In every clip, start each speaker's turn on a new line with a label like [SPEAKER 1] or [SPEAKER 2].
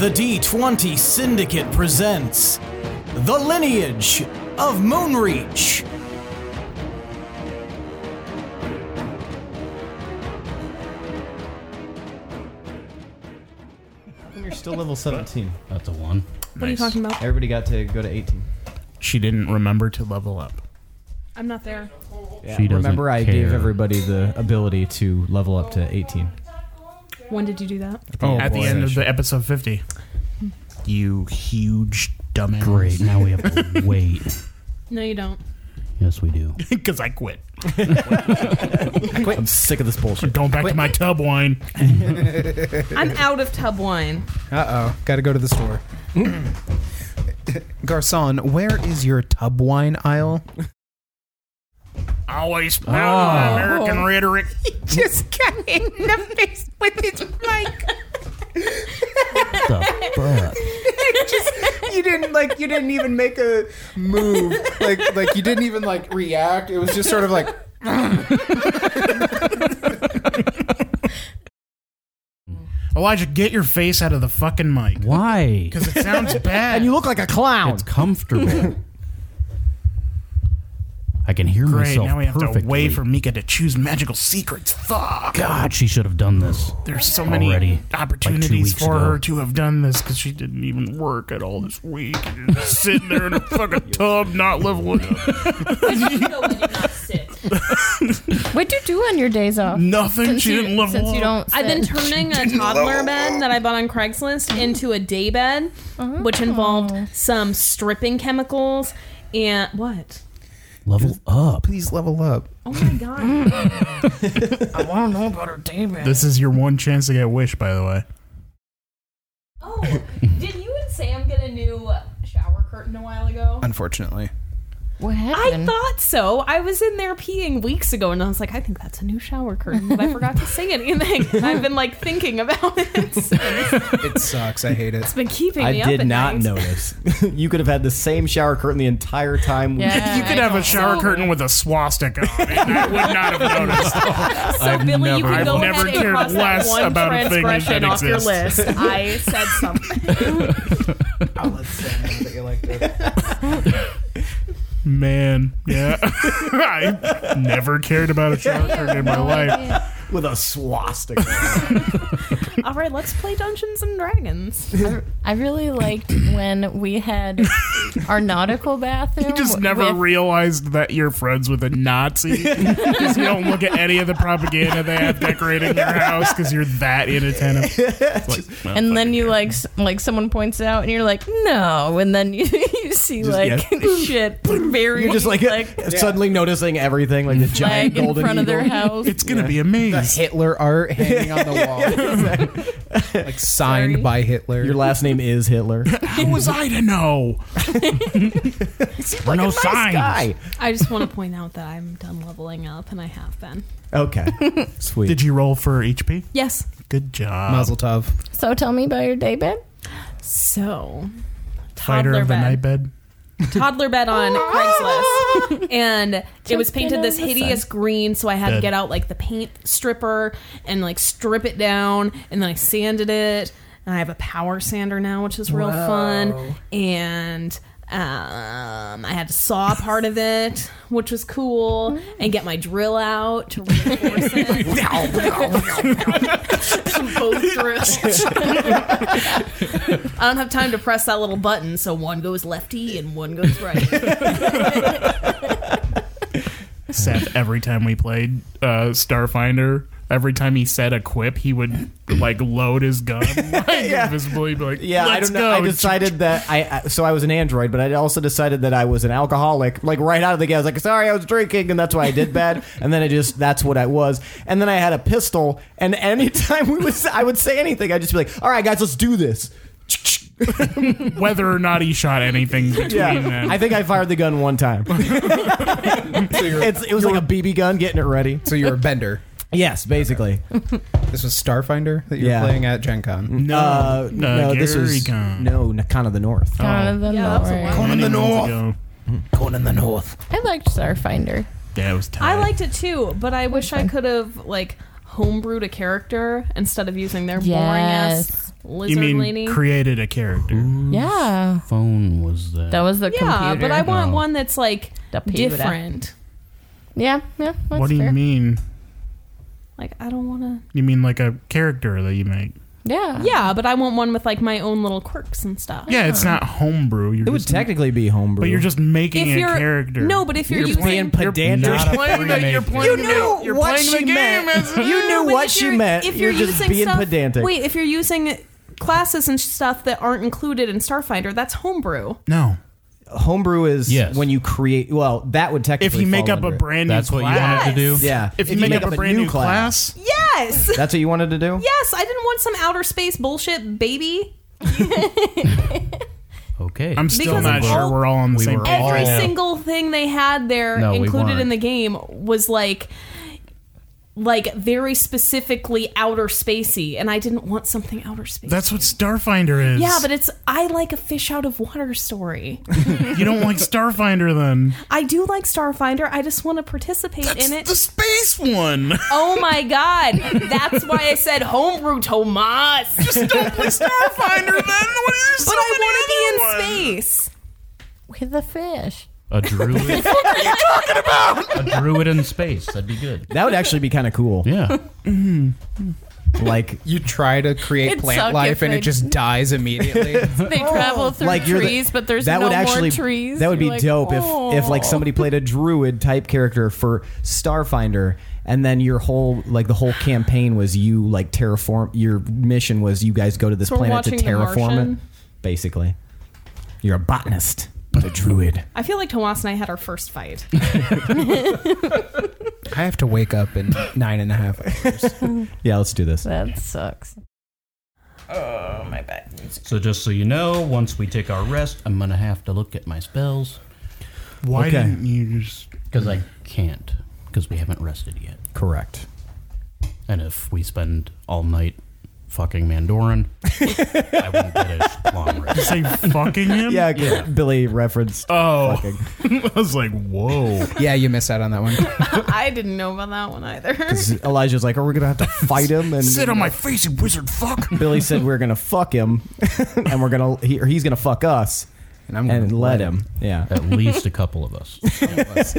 [SPEAKER 1] The D20 Syndicate presents The Lineage of Moonreach.
[SPEAKER 2] You're still level 17.
[SPEAKER 3] That's a one.
[SPEAKER 4] What are you talking about?
[SPEAKER 2] Everybody got to go to 18.
[SPEAKER 5] She didn't remember to level up.
[SPEAKER 4] I'm not there.
[SPEAKER 2] Yeah.
[SPEAKER 3] She doesn't
[SPEAKER 2] Remember, I gave
[SPEAKER 3] care.
[SPEAKER 2] everybody the ability to level up to 18.
[SPEAKER 4] When did you do that?
[SPEAKER 5] Oh, at
[SPEAKER 3] boy.
[SPEAKER 5] the end of the episode 50. You huge dumbass.
[SPEAKER 3] Great. Now we have to wait.
[SPEAKER 4] No, you don't.
[SPEAKER 3] Yes, we do.
[SPEAKER 5] Because I quit.
[SPEAKER 2] I'm sick of this
[SPEAKER 5] I'm
[SPEAKER 2] bullshit.
[SPEAKER 5] going back to my tub wine.
[SPEAKER 4] I'm out of tub wine.
[SPEAKER 6] Uh oh, gotta go to the store. Garcon, where is your tub wine aisle?
[SPEAKER 5] Always spout
[SPEAKER 3] Oh.
[SPEAKER 5] American rhetoric.
[SPEAKER 4] Just got in the face with his mic.
[SPEAKER 3] the fuck?
[SPEAKER 6] You didn't like. You didn't even make a move. Like like you didn't even like react. It was just sort of like.
[SPEAKER 5] Elijah, get your face out of the fucking mic.
[SPEAKER 3] Why?
[SPEAKER 5] Because it sounds bad.
[SPEAKER 6] And you look like a clown.
[SPEAKER 3] It's comfortable. I can hear
[SPEAKER 5] Great.
[SPEAKER 3] myself
[SPEAKER 5] Now we have
[SPEAKER 3] perfectly.
[SPEAKER 5] to wait for Mika to choose magical secrets. Fuck.
[SPEAKER 3] God, she should have done this.
[SPEAKER 5] There's so many
[SPEAKER 3] Already, like two
[SPEAKER 5] opportunities
[SPEAKER 3] weeks
[SPEAKER 5] for
[SPEAKER 3] ago.
[SPEAKER 5] her to have done this because she didn't even work at all this week. Just Sitting there in a fucking tub, not leveling up.
[SPEAKER 7] What do you do on your days off?
[SPEAKER 5] Nothing.
[SPEAKER 7] Since
[SPEAKER 5] she
[SPEAKER 7] you-
[SPEAKER 5] didn't level
[SPEAKER 7] since
[SPEAKER 5] up.
[SPEAKER 7] you don't.
[SPEAKER 4] I've been
[SPEAKER 7] sit.
[SPEAKER 4] turning a toddler bed that I bought on Craigslist into a day bed, which involved some stripping chemicals and what?
[SPEAKER 3] Level up.
[SPEAKER 6] Please level up.
[SPEAKER 4] Oh my god!
[SPEAKER 5] This is your one chance to get wish, by the way.
[SPEAKER 4] oh, did you and Sam get a new shower curtain a while ago?
[SPEAKER 6] Unfortunately,
[SPEAKER 7] What
[SPEAKER 4] I
[SPEAKER 7] happened?
[SPEAKER 4] thought so. I was in there peeing weeks ago, and I was like, I think that's a new shower curtain, but I forgot to say anything. And I've been like thinking about it. since. It's
[SPEAKER 6] it sucks. I hate it.
[SPEAKER 4] been keeping
[SPEAKER 2] I
[SPEAKER 4] me up
[SPEAKER 2] did
[SPEAKER 4] at
[SPEAKER 2] not
[SPEAKER 4] night.
[SPEAKER 2] notice. you could have had the same shower curtain the entire time. we-
[SPEAKER 7] Yeah,
[SPEAKER 5] you could
[SPEAKER 7] I
[SPEAKER 5] have a
[SPEAKER 7] don't
[SPEAKER 5] shower
[SPEAKER 7] know.
[SPEAKER 5] curtain with a swastika on it. I would not have noticed.
[SPEAKER 4] So Billy, you
[SPEAKER 5] never-
[SPEAKER 4] can go
[SPEAKER 5] I've
[SPEAKER 4] ahead
[SPEAKER 5] never
[SPEAKER 4] and
[SPEAKER 5] cared
[SPEAKER 4] cross that
[SPEAKER 5] less
[SPEAKER 4] one
[SPEAKER 5] about a thing that
[SPEAKER 4] transgression off your
[SPEAKER 5] exists.
[SPEAKER 4] list. I said something.
[SPEAKER 5] Man, yeah. I never cared about a shower curtain in my life.
[SPEAKER 2] With a swastika.
[SPEAKER 4] All right, let's play Dungeons and Dragons.
[SPEAKER 7] I, I really liked when we had our nautical bathroom.
[SPEAKER 5] You just never
[SPEAKER 7] with-
[SPEAKER 5] realized that you're friends with a Nazi. Because you don't look at any of the propaganda they have decorating your house because you're that inattentive. Like, well,
[SPEAKER 7] And then you like s- like someone points it out, and you're like, no. And then you, you see like shit buried.
[SPEAKER 2] You're just like,
[SPEAKER 7] like,
[SPEAKER 2] suddenly noticing everything, like the giant
[SPEAKER 7] flag in
[SPEAKER 2] golden
[SPEAKER 7] front of
[SPEAKER 2] eagle.
[SPEAKER 7] their house.
[SPEAKER 5] it's going to be a maze.
[SPEAKER 6] Hitler art hanging on the wall, like signed
[SPEAKER 7] Sorry.
[SPEAKER 6] by Hitler.
[SPEAKER 2] Your last name is Hitler.
[SPEAKER 5] How was I to know? We're no signs.
[SPEAKER 2] Guy.
[SPEAKER 4] I just want to point out that I'm done leveling up, and I have been.
[SPEAKER 2] Okay. Sweet.
[SPEAKER 5] Did you roll for HP?
[SPEAKER 4] Yes.
[SPEAKER 5] Good job.
[SPEAKER 6] Mazel tov.
[SPEAKER 7] so tell me about your day bed.
[SPEAKER 4] So,
[SPEAKER 5] Fighter
[SPEAKER 4] toddler
[SPEAKER 5] of the
[SPEAKER 4] bed.
[SPEAKER 5] night bed.
[SPEAKER 4] toddler bed on Craigslist, and it was
[SPEAKER 7] Jumping
[SPEAKER 4] painted this
[SPEAKER 7] on the
[SPEAKER 4] hideous green. So I had to
[SPEAKER 5] Dead.
[SPEAKER 4] get out like the paint stripper and like strip it down, and then I sanded it. And I have a power sander now, which is real fun. And um, I had to saw part of it, which was cool, and get my drill out to reinforce it. Both drills. I don't have time to press that little button, so one goes lefty and one goes right.
[SPEAKER 5] Seth, every time we played uh, Starfinder, every time he said a quip, he would like load his gun like, invisibly, be like,
[SPEAKER 2] Yeah,
[SPEAKER 5] Let's
[SPEAKER 2] I don't know. I
[SPEAKER 5] go."
[SPEAKER 2] decided that I I- so I was an android, but I also decided that I was an alcoholic. Like right out of the gate, I was like, "Sorry, I was drinking, and that's why I did bad." and then I just that's what I was. And then I had a pistol, and anytime we was I would say anything, I'd just be like, "All right, guys, let's do this."
[SPEAKER 5] whether or not he shot anything between
[SPEAKER 2] Yeah,
[SPEAKER 5] them.
[SPEAKER 2] I think I fired the gun one time. it's, it was like a BB gun, getting it ready.
[SPEAKER 6] So you're a bender.
[SPEAKER 2] Yes, basically.
[SPEAKER 6] This was Starfinder that you were
[SPEAKER 2] Yeah.
[SPEAKER 6] playing at Gen Con.
[SPEAKER 5] no,
[SPEAKER 2] Uh,
[SPEAKER 5] no,
[SPEAKER 2] no, this
[SPEAKER 5] Gary
[SPEAKER 2] was
[SPEAKER 5] Gun.
[SPEAKER 2] no Nakana the
[SPEAKER 5] Oh.
[SPEAKER 2] North.
[SPEAKER 7] Down in the
[SPEAKER 4] Yeah, that was a
[SPEAKER 7] north.
[SPEAKER 4] while.
[SPEAKER 5] Many
[SPEAKER 6] the
[SPEAKER 5] moons
[SPEAKER 6] north.
[SPEAKER 5] ago.
[SPEAKER 2] Going in the North.
[SPEAKER 7] I liked Starfinder.
[SPEAKER 5] Yeah, it was tight.
[SPEAKER 4] I liked it too, but I wish I could have like homebrewed a character instead of using their boring ass
[SPEAKER 7] Yes.
[SPEAKER 4] lizard
[SPEAKER 5] You mean
[SPEAKER 4] lady.
[SPEAKER 5] created a character?
[SPEAKER 7] Yeah.
[SPEAKER 3] Phone was that?
[SPEAKER 7] That was the
[SPEAKER 4] yeah,
[SPEAKER 7] computer.
[SPEAKER 4] but I want
[SPEAKER 3] Oh.
[SPEAKER 4] one that's like
[SPEAKER 7] The computer.
[SPEAKER 4] different.
[SPEAKER 7] Yeah, yeah. That's
[SPEAKER 5] what do
[SPEAKER 7] fair.
[SPEAKER 5] you mean?
[SPEAKER 4] Like I don't want to.
[SPEAKER 5] You mean like a character that you make?
[SPEAKER 7] Yeah.
[SPEAKER 4] Yeah, but I want one with like my own little quirks and stuff.
[SPEAKER 5] Yeah, it's not homebrew. You're
[SPEAKER 2] It would
[SPEAKER 5] just-
[SPEAKER 2] technically be homebrew.
[SPEAKER 5] but you're just making
[SPEAKER 4] If
[SPEAKER 5] a
[SPEAKER 4] you're
[SPEAKER 5] character.
[SPEAKER 4] no, but if you're,
[SPEAKER 2] You're
[SPEAKER 4] using
[SPEAKER 2] being pedantic.
[SPEAKER 5] You're playing the, you're playing
[SPEAKER 2] You
[SPEAKER 5] the-
[SPEAKER 2] knew
[SPEAKER 5] you're
[SPEAKER 2] what
[SPEAKER 5] playing
[SPEAKER 2] she
[SPEAKER 5] the game
[SPEAKER 2] meant.
[SPEAKER 5] as
[SPEAKER 2] You knew
[SPEAKER 4] No, but
[SPEAKER 2] what
[SPEAKER 4] if
[SPEAKER 2] she
[SPEAKER 4] you're-
[SPEAKER 2] meant.
[SPEAKER 4] If
[SPEAKER 2] You're
[SPEAKER 4] you're,
[SPEAKER 2] just
[SPEAKER 4] using
[SPEAKER 2] being
[SPEAKER 4] stuff,
[SPEAKER 2] pedantic.
[SPEAKER 4] Wait, if you're using classes and stuff that aren't included in Starfinder, that's homebrew.
[SPEAKER 5] No.
[SPEAKER 2] homebrew is
[SPEAKER 3] Yes.
[SPEAKER 2] when you create. Well, that would
[SPEAKER 5] If
[SPEAKER 2] technically.
[SPEAKER 5] you make
[SPEAKER 2] fall
[SPEAKER 5] up a
[SPEAKER 2] under it.
[SPEAKER 5] brand
[SPEAKER 3] That's
[SPEAKER 5] new
[SPEAKER 3] what
[SPEAKER 5] class.
[SPEAKER 3] you wanted to do.
[SPEAKER 2] Yeah.
[SPEAKER 5] If, you, make, up, a brand new class,
[SPEAKER 4] Yes.
[SPEAKER 2] that's what you wanted to do.
[SPEAKER 4] Yes, I didn't want some outer space bullshit, baby.
[SPEAKER 3] Okay.
[SPEAKER 5] I'm still
[SPEAKER 4] Because
[SPEAKER 5] not
[SPEAKER 4] all-
[SPEAKER 5] sure we're all on the
[SPEAKER 3] We
[SPEAKER 5] same
[SPEAKER 3] were
[SPEAKER 5] page.
[SPEAKER 3] all-
[SPEAKER 4] Every
[SPEAKER 3] Oh.
[SPEAKER 4] single thing they had there
[SPEAKER 3] No, we
[SPEAKER 4] included
[SPEAKER 3] weren't.
[SPEAKER 4] in the game was like like very specifically outer spacey and I didn't want something outer space.
[SPEAKER 5] That's what Starfinder is.
[SPEAKER 4] yeah, but it's I like a fish out of water story.
[SPEAKER 5] you don't like Starfinder then.
[SPEAKER 4] I do like Starfinder. I just want to participate in it.
[SPEAKER 5] the space one.
[SPEAKER 4] Oh my god. That's why I said homebrew Tomas. But
[SPEAKER 5] Starfinder then. What are so
[SPEAKER 4] I
[SPEAKER 5] many other
[SPEAKER 4] want to be in space.
[SPEAKER 7] With the fish.
[SPEAKER 3] a druid. what are you talking about? a druid in space. That'd be good.
[SPEAKER 2] That would actually be kind of cool.
[SPEAKER 3] Yeah.
[SPEAKER 2] Like
[SPEAKER 6] You try to create
[SPEAKER 7] It'd suck
[SPEAKER 6] plant life
[SPEAKER 7] if
[SPEAKER 6] and
[SPEAKER 7] they-
[SPEAKER 6] it just dies immediately.
[SPEAKER 7] They travel through
[SPEAKER 2] like you're the-
[SPEAKER 7] trees, but there's
[SPEAKER 2] that
[SPEAKER 7] no
[SPEAKER 2] would
[SPEAKER 7] more
[SPEAKER 2] actually
[SPEAKER 7] trees.
[SPEAKER 2] that would be
[SPEAKER 7] You're like, "Oh."
[SPEAKER 2] dope if if like
[SPEAKER 7] "Aw."
[SPEAKER 2] somebody played a druid type character for Starfinder and then your whole like the whole campaign was you like terraform your mission was you guys go to this
[SPEAKER 4] So we're
[SPEAKER 2] planet to
[SPEAKER 4] watching The
[SPEAKER 2] terraform it
[SPEAKER 4] Martian?
[SPEAKER 2] basically you're a botanist but a druid
[SPEAKER 4] I feel like Tomas and I had our first fight.
[SPEAKER 6] I have to wake up in nine and a half hours.
[SPEAKER 2] yeah let's do this
[SPEAKER 7] That sucks.
[SPEAKER 3] So just so you know, once we take our rest, I'm gonna have to look at my spells
[SPEAKER 5] Why
[SPEAKER 2] Okay.
[SPEAKER 5] didn't you just
[SPEAKER 3] because I can't because we haven't rested yet.
[SPEAKER 2] correct
[SPEAKER 3] And if we spend all night fucking Mandoran, I won't get a long rest.
[SPEAKER 5] say fucking him?
[SPEAKER 2] yeah, Uh, Billy referenced
[SPEAKER 5] Oh.
[SPEAKER 2] fucking.
[SPEAKER 5] I was like, whoa.
[SPEAKER 6] yeah, you missed out on that one.
[SPEAKER 4] I didn't know about that one either.
[SPEAKER 2] Elijah's like are we gonna have to fight him and
[SPEAKER 5] Sit on my face, you wizard fuck.
[SPEAKER 2] Billy said we're gonna fuck him and we're gonna he, or he's gonna fuck us
[SPEAKER 6] And I'm
[SPEAKER 2] and
[SPEAKER 6] gonna
[SPEAKER 2] let him yeah
[SPEAKER 3] At least a couple of us.
[SPEAKER 5] But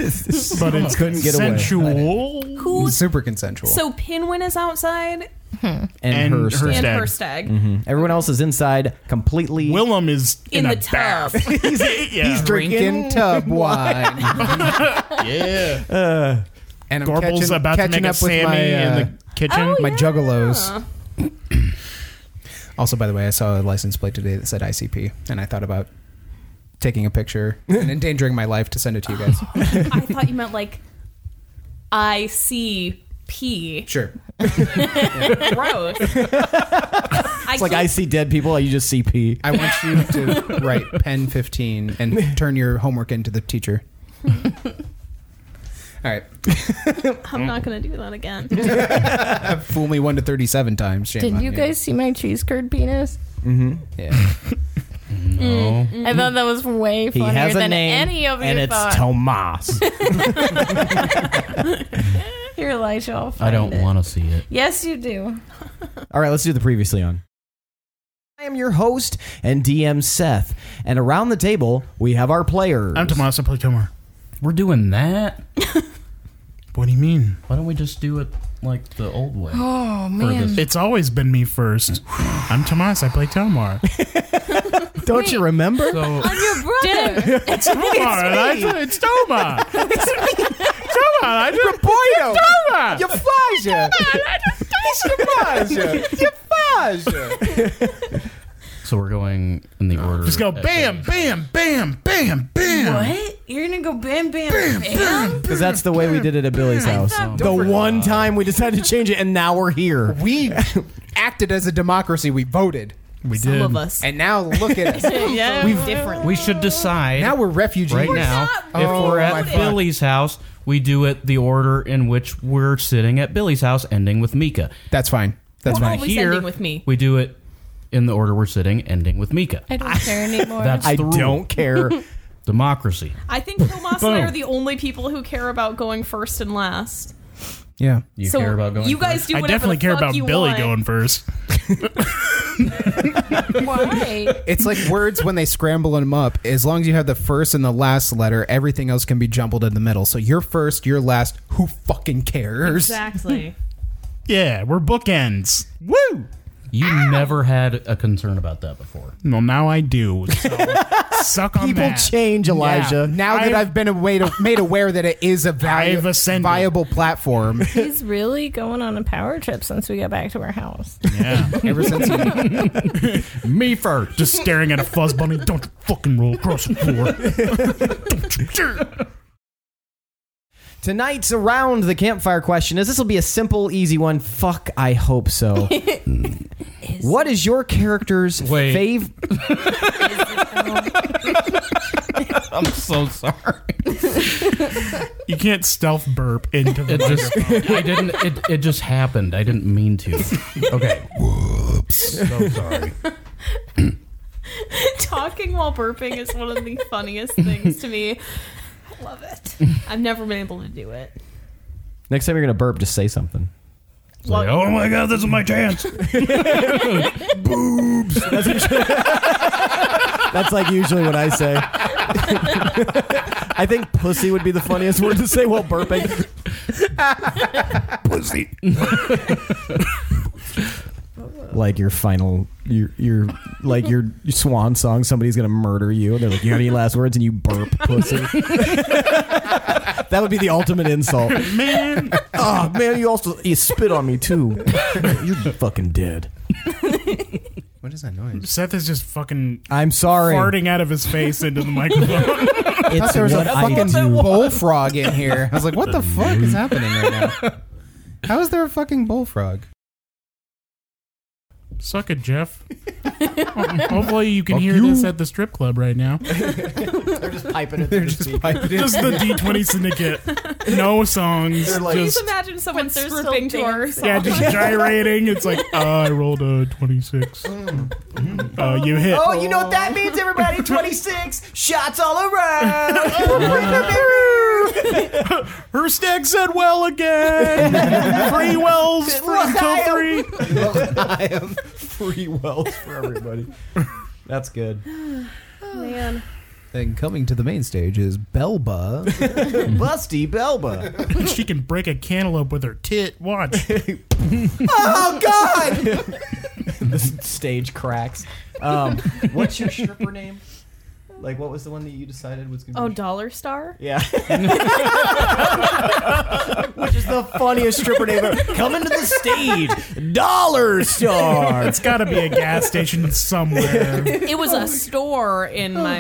[SPEAKER 5] it's
[SPEAKER 2] couldn't get away.
[SPEAKER 5] sensual.
[SPEAKER 4] Who
[SPEAKER 6] Super consensual.
[SPEAKER 4] So Pinwin is outside
[SPEAKER 2] and,
[SPEAKER 5] And
[SPEAKER 2] her
[SPEAKER 5] her
[SPEAKER 2] stuff.
[SPEAKER 5] His
[SPEAKER 4] and
[SPEAKER 5] dad.
[SPEAKER 4] her stag
[SPEAKER 2] Everyone else is inside completely.
[SPEAKER 5] Willem is
[SPEAKER 4] in
[SPEAKER 5] in, a
[SPEAKER 4] the tub.
[SPEAKER 5] bath. he's, yeah.
[SPEAKER 2] He's
[SPEAKER 6] drinking tub wine. yeah. and I'm
[SPEAKER 5] Gorbel's
[SPEAKER 6] catching,
[SPEAKER 5] about to
[SPEAKER 6] catching
[SPEAKER 5] make a
[SPEAKER 6] up with
[SPEAKER 5] Sammy
[SPEAKER 6] my, uh,
[SPEAKER 5] in the kitchen.
[SPEAKER 4] Oh,
[SPEAKER 6] my
[SPEAKER 4] yeah.
[SPEAKER 6] juggalos. Also, by the way, I saw a license plate today that said ICP, and I thought about taking a picture and endangering my life to send it to you guys.
[SPEAKER 4] I thought you meant like I C P.
[SPEAKER 6] Sure.
[SPEAKER 4] Gross. I
[SPEAKER 2] It's like I see dead people, you just see pee.
[SPEAKER 6] I want you to write pen 15 and turn your homework into the teacher. All right.
[SPEAKER 4] am not gonna do that again.
[SPEAKER 6] Fool me 1 to 37 times. Shame
[SPEAKER 7] Did
[SPEAKER 6] on
[SPEAKER 7] you
[SPEAKER 6] me.
[SPEAKER 7] guys see my cheese curd penis?
[SPEAKER 6] Yeah.
[SPEAKER 3] No.
[SPEAKER 7] I thought that was way
[SPEAKER 2] He
[SPEAKER 7] funnier
[SPEAKER 2] has a
[SPEAKER 7] than
[SPEAKER 2] name,
[SPEAKER 7] any of
[SPEAKER 2] and
[SPEAKER 7] your
[SPEAKER 2] it's
[SPEAKER 7] thoughts.
[SPEAKER 2] Tomas.
[SPEAKER 7] Here, Elijah, I'll
[SPEAKER 3] I
[SPEAKER 7] find
[SPEAKER 3] don't
[SPEAKER 7] it.
[SPEAKER 3] want to see it.
[SPEAKER 7] Yes, you do.
[SPEAKER 2] All right, let's do the previously on. I am your host and DM Seth, and around the table we have our players.
[SPEAKER 5] I'm Tomasa Platomar.
[SPEAKER 3] We're doing that.
[SPEAKER 5] What do you mean?
[SPEAKER 3] Why don't we just do it like the old way?
[SPEAKER 7] Oh
[SPEAKER 3] man.
[SPEAKER 5] It's always been me first. I'm Tomas. I play Tomar.
[SPEAKER 2] Don't you remember?
[SPEAKER 3] So
[SPEAKER 7] Your brother.
[SPEAKER 5] It's Tomar. it's, I, it's Tomar. it's me. Tomar. I just
[SPEAKER 6] Boyo!
[SPEAKER 5] Tomar.
[SPEAKER 6] You Faja! You Faja! You Faja!
[SPEAKER 3] so we're going in the order.
[SPEAKER 5] Just go bam, bam, bam, bam, bam.
[SPEAKER 7] What? You're gonna go bam, bam, bam?
[SPEAKER 2] Because that's the way we did it at Billy's house.
[SPEAKER 7] thought-
[SPEAKER 2] The one time we decided to change it, and now we're here.
[SPEAKER 6] We acted as a democracy. We voted.
[SPEAKER 5] We
[SPEAKER 4] Some
[SPEAKER 5] did.
[SPEAKER 4] of us.
[SPEAKER 6] And now look at us.
[SPEAKER 7] yeah,
[SPEAKER 4] We're different.
[SPEAKER 3] We should decide
[SPEAKER 6] Now we're refugees.
[SPEAKER 3] right now if
[SPEAKER 6] Oh
[SPEAKER 3] we're
[SPEAKER 6] my
[SPEAKER 3] at
[SPEAKER 6] fuck.
[SPEAKER 3] Billy's house, we do it the order in which we're sitting at Billy's house, ending with Mika.
[SPEAKER 6] That's fine. That's
[SPEAKER 4] Well,
[SPEAKER 6] fine.
[SPEAKER 4] Always ending with me.
[SPEAKER 3] We do it in the order we're sitting, ending with Mika.
[SPEAKER 7] I don't care anymore.
[SPEAKER 3] That's
[SPEAKER 2] I
[SPEAKER 3] the rule.
[SPEAKER 2] don't care.
[SPEAKER 3] Democracy.
[SPEAKER 4] I think Tomas and I
[SPEAKER 5] Boom.
[SPEAKER 4] are the only people who care about going first and last.
[SPEAKER 6] Yeah.
[SPEAKER 3] You
[SPEAKER 4] so
[SPEAKER 3] care about going.
[SPEAKER 4] you guys do
[SPEAKER 5] I
[SPEAKER 4] whatever
[SPEAKER 5] definitely
[SPEAKER 4] the
[SPEAKER 5] care
[SPEAKER 4] fuck
[SPEAKER 5] about
[SPEAKER 4] you
[SPEAKER 5] Billy
[SPEAKER 4] want.
[SPEAKER 5] going first.
[SPEAKER 7] Why?
[SPEAKER 6] It's like words when they scramble them up. As long as you have the first and the last letter, everything else can be jumbled in the middle. So you're first, you're last. Who fucking cares?
[SPEAKER 4] Exactly.
[SPEAKER 5] Yeah, we're bookends.
[SPEAKER 6] Woo!
[SPEAKER 3] You
[SPEAKER 4] Ah!
[SPEAKER 3] never had a concern about that before.
[SPEAKER 5] Well, now I do. So suck on
[SPEAKER 2] People
[SPEAKER 5] that.
[SPEAKER 2] change, Elijah.
[SPEAKER 6] Now that I've been away to, made aware that it is a valu-
[SPEAKER 5] I've ascended.
[SPEAKER 6] viable platform,
[SPEAKER 7] He's really going on a power trip since we got back to our house.
[SPEAKER 5] Yeah.
[SPEAKER 6] ever since you
[SPEAKER 5] Me first. Just staring at a fuzz bunny. Don't you fucking roll across the floor. Don't you dare.
[SPEAKER 2] Tonight's around the campfire question is this will be a simple, easy one. Fuck, I hope so. what is your character's
[SPEAKER 3] Wait.
[SPEAKER 2] favorite?
[SPEAKER 3] I'm so sorry.
[SPEAKER 5] You can't stealth burp into the
[SPEAKER 3] It just I didn't it, it just happened. I didn't mean to. Okay. Whoops. So sorry.
[SPEAKER 4] Talking while burping is one of the funniest things to me. I love it. I've never been able to do it.
[SPEAKER 2] Next time you're gonna burp, just say something.
[SPEAKER 3] It's like, oh my god, this is my chance.
[SPEAKER 2] That's like usually what I say. I think pussy would be the funniest word to say while burping.
[SPEAKER 3] Pussy.
[SPEAKER 2] Like your final, your your like your swan song. Somebody's gonna murder you. And they're like, "You have any last words?" And you burp, pussy. that would be the ultimate insult.
[SPEAKER 5] man.
[SPEAKER 2] Oh man, you also you spit on me too. You're fucking dead.
[SPEAKER 6] What is that noise?
[SPEAKER 5] Seth is just fucking
[SPEAKER 2] I'm sorry.
[SPEAKER 5] farting out of his face into the microphone.
[SPEAKER 2] It's
[SPEAKER 6] I thought there was a
[SPEAKER 2] what I
[SPEAKER 6] fucking
[SPEAKER 2] do.
[SPEAKER 6] bullfrog in here. I was like, what the fuck is happening right now? How is there a fucking bullfrog?
[SPEAKER 5] Suck it, Jeff. Hopefully you can hear this at the strip club right now.
[SPEAKER 6] They're just piping in.
[SPEAKER 5] Just the D20 Syndicate. No songs.
[SPEAKER 4] Please
[SPEAKER 5] just,
[SPEAKER 4] imagine someone
[SPEAKER 7] they're still
[SPEAKER 4] stripping to our
[SPEAKER 7] dancing.
[SPEAKER 5] yeah,
[SPEAKER 4] song.
[SPEAKER 5] just gyrating. It's like, uh, I rolled a 26. Uh, you hit.
[SPEAKER 2] Mm. Oh, you know what that means, everybody? 26 shots all around. Oh,
[SPEAKER 5] Her stack said well again. Free wells for until three.
[SPEAKER 2] I am free wells for everybody. That's good.
[SPEAKER 4] Man.
[SPEAKER 6] Then coming to the main stage is Belba.
[SPEAKER 2] Busty Belba.
[SPEAKER 5] She can break a cantaloupe with her tit. Watch.
[SPEAKER 2] Oh God! the stage cracks. Um, what's your stripper name? Like, what was the one that you decided was gonna
[SPEAKER 4] Oh,
[SPEAKER 2] be?
[SPEAKER 4] Dollar Star?
[SPEAKER 2] Yeah. Which is the funniest stripper name ever. Coming to the stage, Dollar Star.
[SPEAKER 5] It's got to be a gas station somewhere.
[SPEAKER 4] It was a store in
[SPEAKER 7] Oh.
[SPEAKER 4] my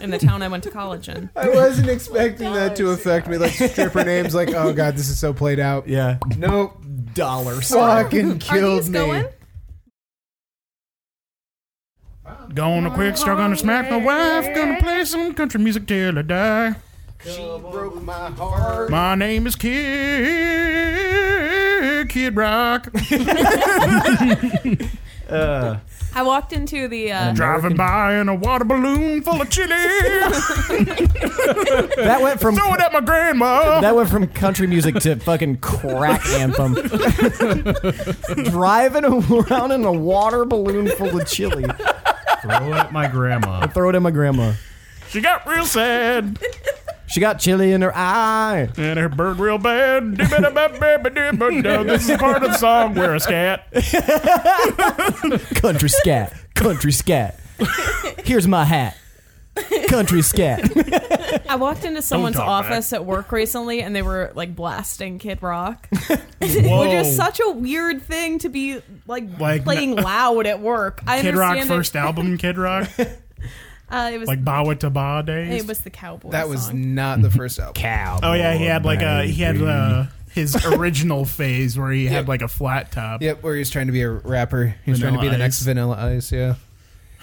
[SPEAKER 4] in the town I went to college in.
[SPEAKER 6] I wasn't expecting that to affect me. Like stripper names, like, oh god, this is so played out.
[SPEAKER 2] Yeah.
[SPEAKER 6] Nope.
[SPEAKER 2] Dollar Star.
[SPEAKER 6] Fucking
[SPEAKER 4] Are
[SPEAKER 6] killed
[SPEAKER 4] these
[SPEAKER 6] me.
[SPEAKER 4] going?
[SPEAKER 5] Going to quick start, gonna smack my wife. Gonna play some country music till I die.
[SPEAKER 6] Broke my heart.
[SPEAKER 5] My name is Kid Kid Rock.
[SPEAKER 2] Uh,
[SPEAKER 4] I walked into the uh,
[SPEAKER 5] Driving by in a water balloon full of chili.
[SPEAKER 2] that went from
[SPEAKER 5] Throw it at my grandma.
[SPEAKER 2] that went from country music to fucking crack anthem. Driving around in a water balloon full of chili.
[SPEAKER 3] Throw it at my grandma.
[SPEAKER 2] Throw it in my grandma.
[SPEAKER 5] She got real sad
[SPEAKER 2] She got chili in her eye.
[SPEAKER 5] and her bird real bad. This is the part of the song where a scat.
[SPEAKER 2] Country scat. Country scat. Here's my hat. Country scat.
[SPEAKER 4] I walked into someone's
[SPEAKER 5] talk back.
[SPEAKER 4] office at work recently and they were like blasting Kid Rock.
[SPEAKER 5] Whoa.
[SPEAKER 4] Which is such a weird thing to be like,
[SPEAKER 5] Like,
[SPEAKER 4] playing loud at work. I
[SPEAKER 5] Kid Rock
[SPEAKER 4] understand
[SPEAKER 5] first
[SPEAKER 4] it.
[SPEAKER 5] album, Kid Rock,
[SPEAKER 4] Uh, it was
[SPEAKER 5] like Bawa to Ba days.
[SPEAKER 4] it was the cowboy.
[SPEAKER 6] That was
[SPEAKER 4] song.
[SPEAKER 6] not the first album.
[SPEAKER 2] Cow.
[SPEAKER 5] oh yeah, he had like a he had uh, his original phase where he had like a flat top.
[SPEAKER 6] Yep, where he was trying to be a rapper. He was trying to be
[SPEAKER 5] Vanilla
[SPEAKER 6] the next
[SPEAKER 5] Ice.
[SPEAKER 6] Vanilla Ice, yeah.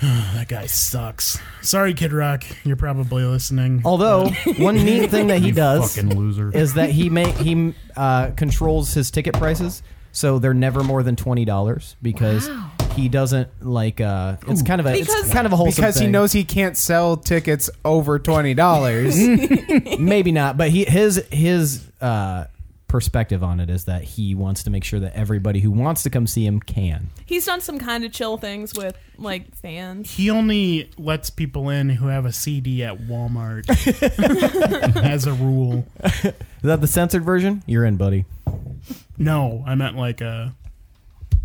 [SPEAKER 5] That guy sucks. Sorry, Kid Rock, you're probably listening.
[SPEAKER 2] Although one neat thing that he
[SPEAKER 3] You
[SPEAKER 2] does
[SPEAKER 3] fucking loser.
[SPEAKER 2] is that he make he uh, controls his ticket prices, so they're never more than twenty dollars because he doesn't like. Uh, it's kind of a
[SPEAKER 4] Because-
[SPEAKER 2] it's kind of a wholesome
[SPEAKER 6] Because he
[SPEAKER 2] thing.
[SPEAKER 6] knows he can't sell tickets over twenty dollars.
[SPEAKER 2] maybe not, but he his his uh, perspective on it is that he wants to make sure that everybody who wants to come see him can.
[SPEAKER 4] He's done some kind of chill things with like fans.
[SPEAKER 5] He only lets people in who have a CD at Walmart as a rule.
[SPEAKER 2] Is that the censored version? You're in, buddy.
[SPEAKER 5] No, I meant like a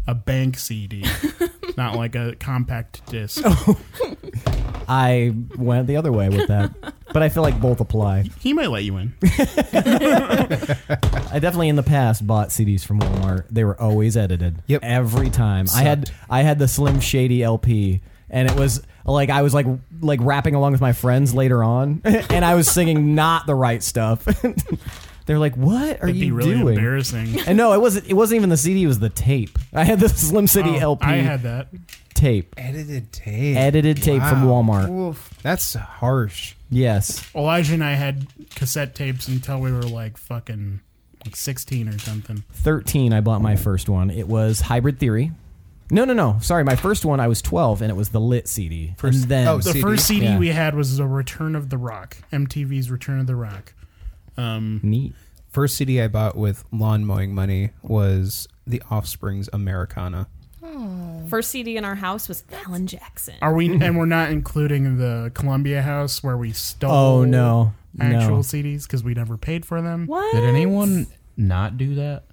[SPEAKER 5] a bank CD, not like a compact disc.
[SPEAKER 2] Oh. I went the other way with that, but I feel like both apply.
[SPEAKER 5] He might let you in.
[SPEAKER 2] I definitely in the past bought CDs from Walmart. They were always edited.
[SPEAKER 6] Yep.
[SPEAKER 2] Every time. I had I had the Slim Shady LP and it was like I was like like rapping along with my friends later on and I was singing not the right stuff. They're like, "What are
[SPEAKER 5] It'd
[SPEAKER 2] you
[SPEAKER 5] be really
[SPEAKER 2] doing?"
[SPEAKER 5] embarrassing.
[SPEAKER 2] And no, it wasn't it wasn't even the CD, it was the tape. I had the Slim City
[SPEAKER 5] Oh,
[SPEAKER 2] LP
[SPEAKER 5] I had that.
[SPEAKER 2] tape.
[SPEAKER 6] Edited tape.
[SPEAKER 2] Edited tape from Walmart.
[SPEAKER 6] Oof, that's harsh.
[SPEAKER 2] Yes.
[SPEAKER 5] Elijah and I had cassette tapes until we were like fucking like 16 or something.
[SPEAKER 2] 13 I bought my first one. It was Hybrid Theory. No, no, no. Sorry, my first one I was 12 and it was the Lit CD. and then
[SPEAKER 6] oh,
[SPEAKER 5] The
[SPEAKER 6] CD.
[SPEAKER 5] first CD
[SPEAKER 2] Yeah.
[SPEAKER 5] we had was the Return of the Rock, MTV's Return of the Rock. Um,
[SPEAKER 2] neat.
[SPEAKER 6] First CD I bought with lawn mowing money was The Offspring's Americana.
[SPEAKER 4] First CD in our house was Alan Jackson.
[SPEAKER 5] are we? And we're not including the Columbia House where we stole.
[SPEAKER 2] Oh no.
[SPEAKER 5] Actual
[SPEAKER 2] no.
[SPEAKER 5] CDs because we never paid for them.
[SPEAKER 4] What?
[SPEAKER 3] Did anyone not do that?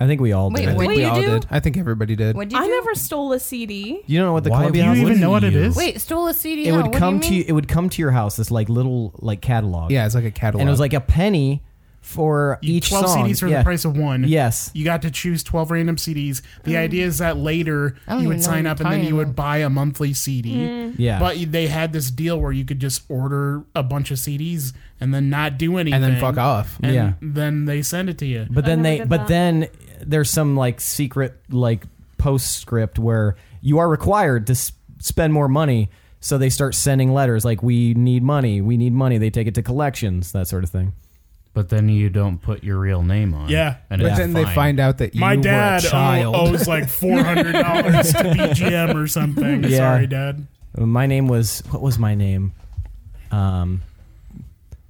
[SPEAKER 2] I think we all
[SPEAKER 7] Wait, what
[SPEAKER 2] did.
[SPEAKER 6] I think
[SPEAKER 7] do
[SPEAKER 6] we
[SPEAKER 7] you
[SPEAKER 6] all
[SPEAKER 7] do?
[SPEAKER 6] did. I think everybody did.
[SPEAKER 7] What do you
[SPEAKER 4] I
[SPEAKER 7] do?
[SPEAKER 4] never stole a CD.
[SPEAKER 2] You don't know what the Columbia
[SPEAKER 5] Do
[SPEAKER 2] House
[SPEAKER 5] you
[SPEAKER 2] was?
[SPEAKER 5] even know what it is?
[SPEAKER 7] Wait, stole a CD.
[SPEAKER 2] It
[SPEAKER 7] how?
[SPEAKER 2] would
[SPEAKER 7] What do
[SPEAKER 2] come
[SPEAKER 7] you
[SPEAKER 2] to
[SPEAKER 7] mean?
[SPEAKER 2] you it would come to your house this like little like catalog.
[SPEAKER 6] yeah, it's like a catalog.
[SPEAKER 2] And it was like a penny for
[SPEAKER 5] You-
[SPEAKER 2] each
[SPEAKER 5] 12
[SPEAKER 2] song.
[SPEAKER 5] CDs for
[SPEAKER 2] yeah.
[SPEAKER 5] the price of one.
[SPEAKER 2] Yes.
[SPEAKER 5] You got to choose 12 random CDs. The idea is that later
[SPEAKER 7] Oh. I don't
[SPEAKER 5] you
[SPEAKER 7] even
[SPEAKER 5] would
[SPEAKER 7] know
[SPEAKER 5] sign
[SPEAKER 7] what
[SPEAKER 5] up
[SPEAKER 7] you're
[SPEAKER 5] and then
[SPEAKER 7] talking
[SPEAKER 5] you would
[SPEAKER 7] about. Mm.
[SPEAKER 5] buy a monthly CD.
[SPEAKER 2] Yeah.
[SPEAKER 5] But you- they had this deal where you could just order a bunch of CDs and then not do anything.
[SPEAKER 6] and then fuck off.
[SPEAKER 5] And
[SPEAKER 2] Yeah.
[SPEAKER 5] then they send it to you.
[SPEAKER 2] But then
[SPEAKER 4] never
[SPEAKER 2] they
[SPEAKER 4] did
[SPEAKER 2] but
[SPEAKER 4] that.
[SPEAKER 2] then there's some like secret like postscript where you are required to s- spend more money so they start sending letters like we need money, we need money. They take it to collections, that sort of thing.
[SPEAKER 3] But then you don't put your real name on. it,
[SPEAKER 5] Yeah.
[SPEAKER 3] and
[SPEAKER 6] But
[SPEAKER 3] it's
[SPEAKER 6] then they
[SPEAKER 3] fine.
[SPEAKER 6] find out that you
[SPEAKER 5] My dad
[SPEAKER 6] were
[SPEAKER 5] o-
[SPEAKER 6] a child.
[SPEAKER 5] owes like $400 to BGM or something.
[SPEAKER 2] Yeah.
[SPEAKER 5] Sorry, Dad.
[SPEAKER 2] My name was what was my name? Um,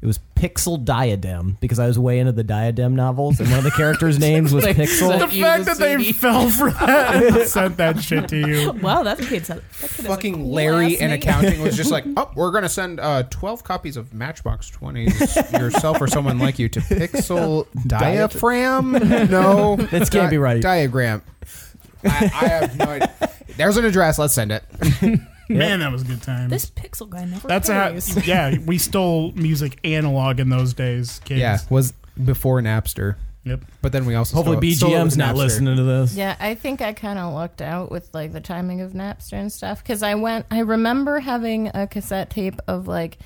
[SPEAKER 2] it was Pixel Diadem because I was way into the Diadem novels, and one of the characters' names was Pixel.
[SPEAKER 5] The
[SPEAKER 7] you
[SPEAKER 5] fact
[SPEAKER 7] the
[SPEAKER 5] that they
[SPEAKER 7] CD.
[SPEAKER 5] fell for that and sent that shit to you.
[SPEAKER 4] Wow, that kid's that kid has a
[SPEAKER 6] Fucking
[SPEAKER 4] cool
[SPEAKER 6] Larry
[SPEAKER 4] ass
[SPEAKER 6] in
[SPEAKER 4] name.
[SPEAKER 6] accounting was just like, oh, we're gonna send uh, twelve copies of Matchbox Twenties yourself or someone like you to Pixel diaphragm. No,
[SPEAKER 2] This can't be right.
[SPEAKER 6] Diagram. I, I have no idea. There's an address. Let's send it.
[SPEAKER 5] Man, that was a good time.
[SPEAKER 4] This pixel guy never
[SPEAKER 5] That's how.
[SPEAKER 4] pays.
[SPEAKER 5] Yeah, we stole music analog in those days, kids.
[SPEAKER 6] Yeah, was before Napster,
[SPEAKER 5] Yep.
[SPEAKER 6] but then we also
[SPEAKER 2] Hopefully,
[SPEAKER 6] stole it- stole it with
[SPEAKER 2] BGM's not
[SPEAKER 6] Napster.
[SPEAKER 2] listening to this.
[SPEAKER 7] Yeah, I think I kind of lucked out with like the timing of Napster and stuff because I went. I remember having a cassette tape of like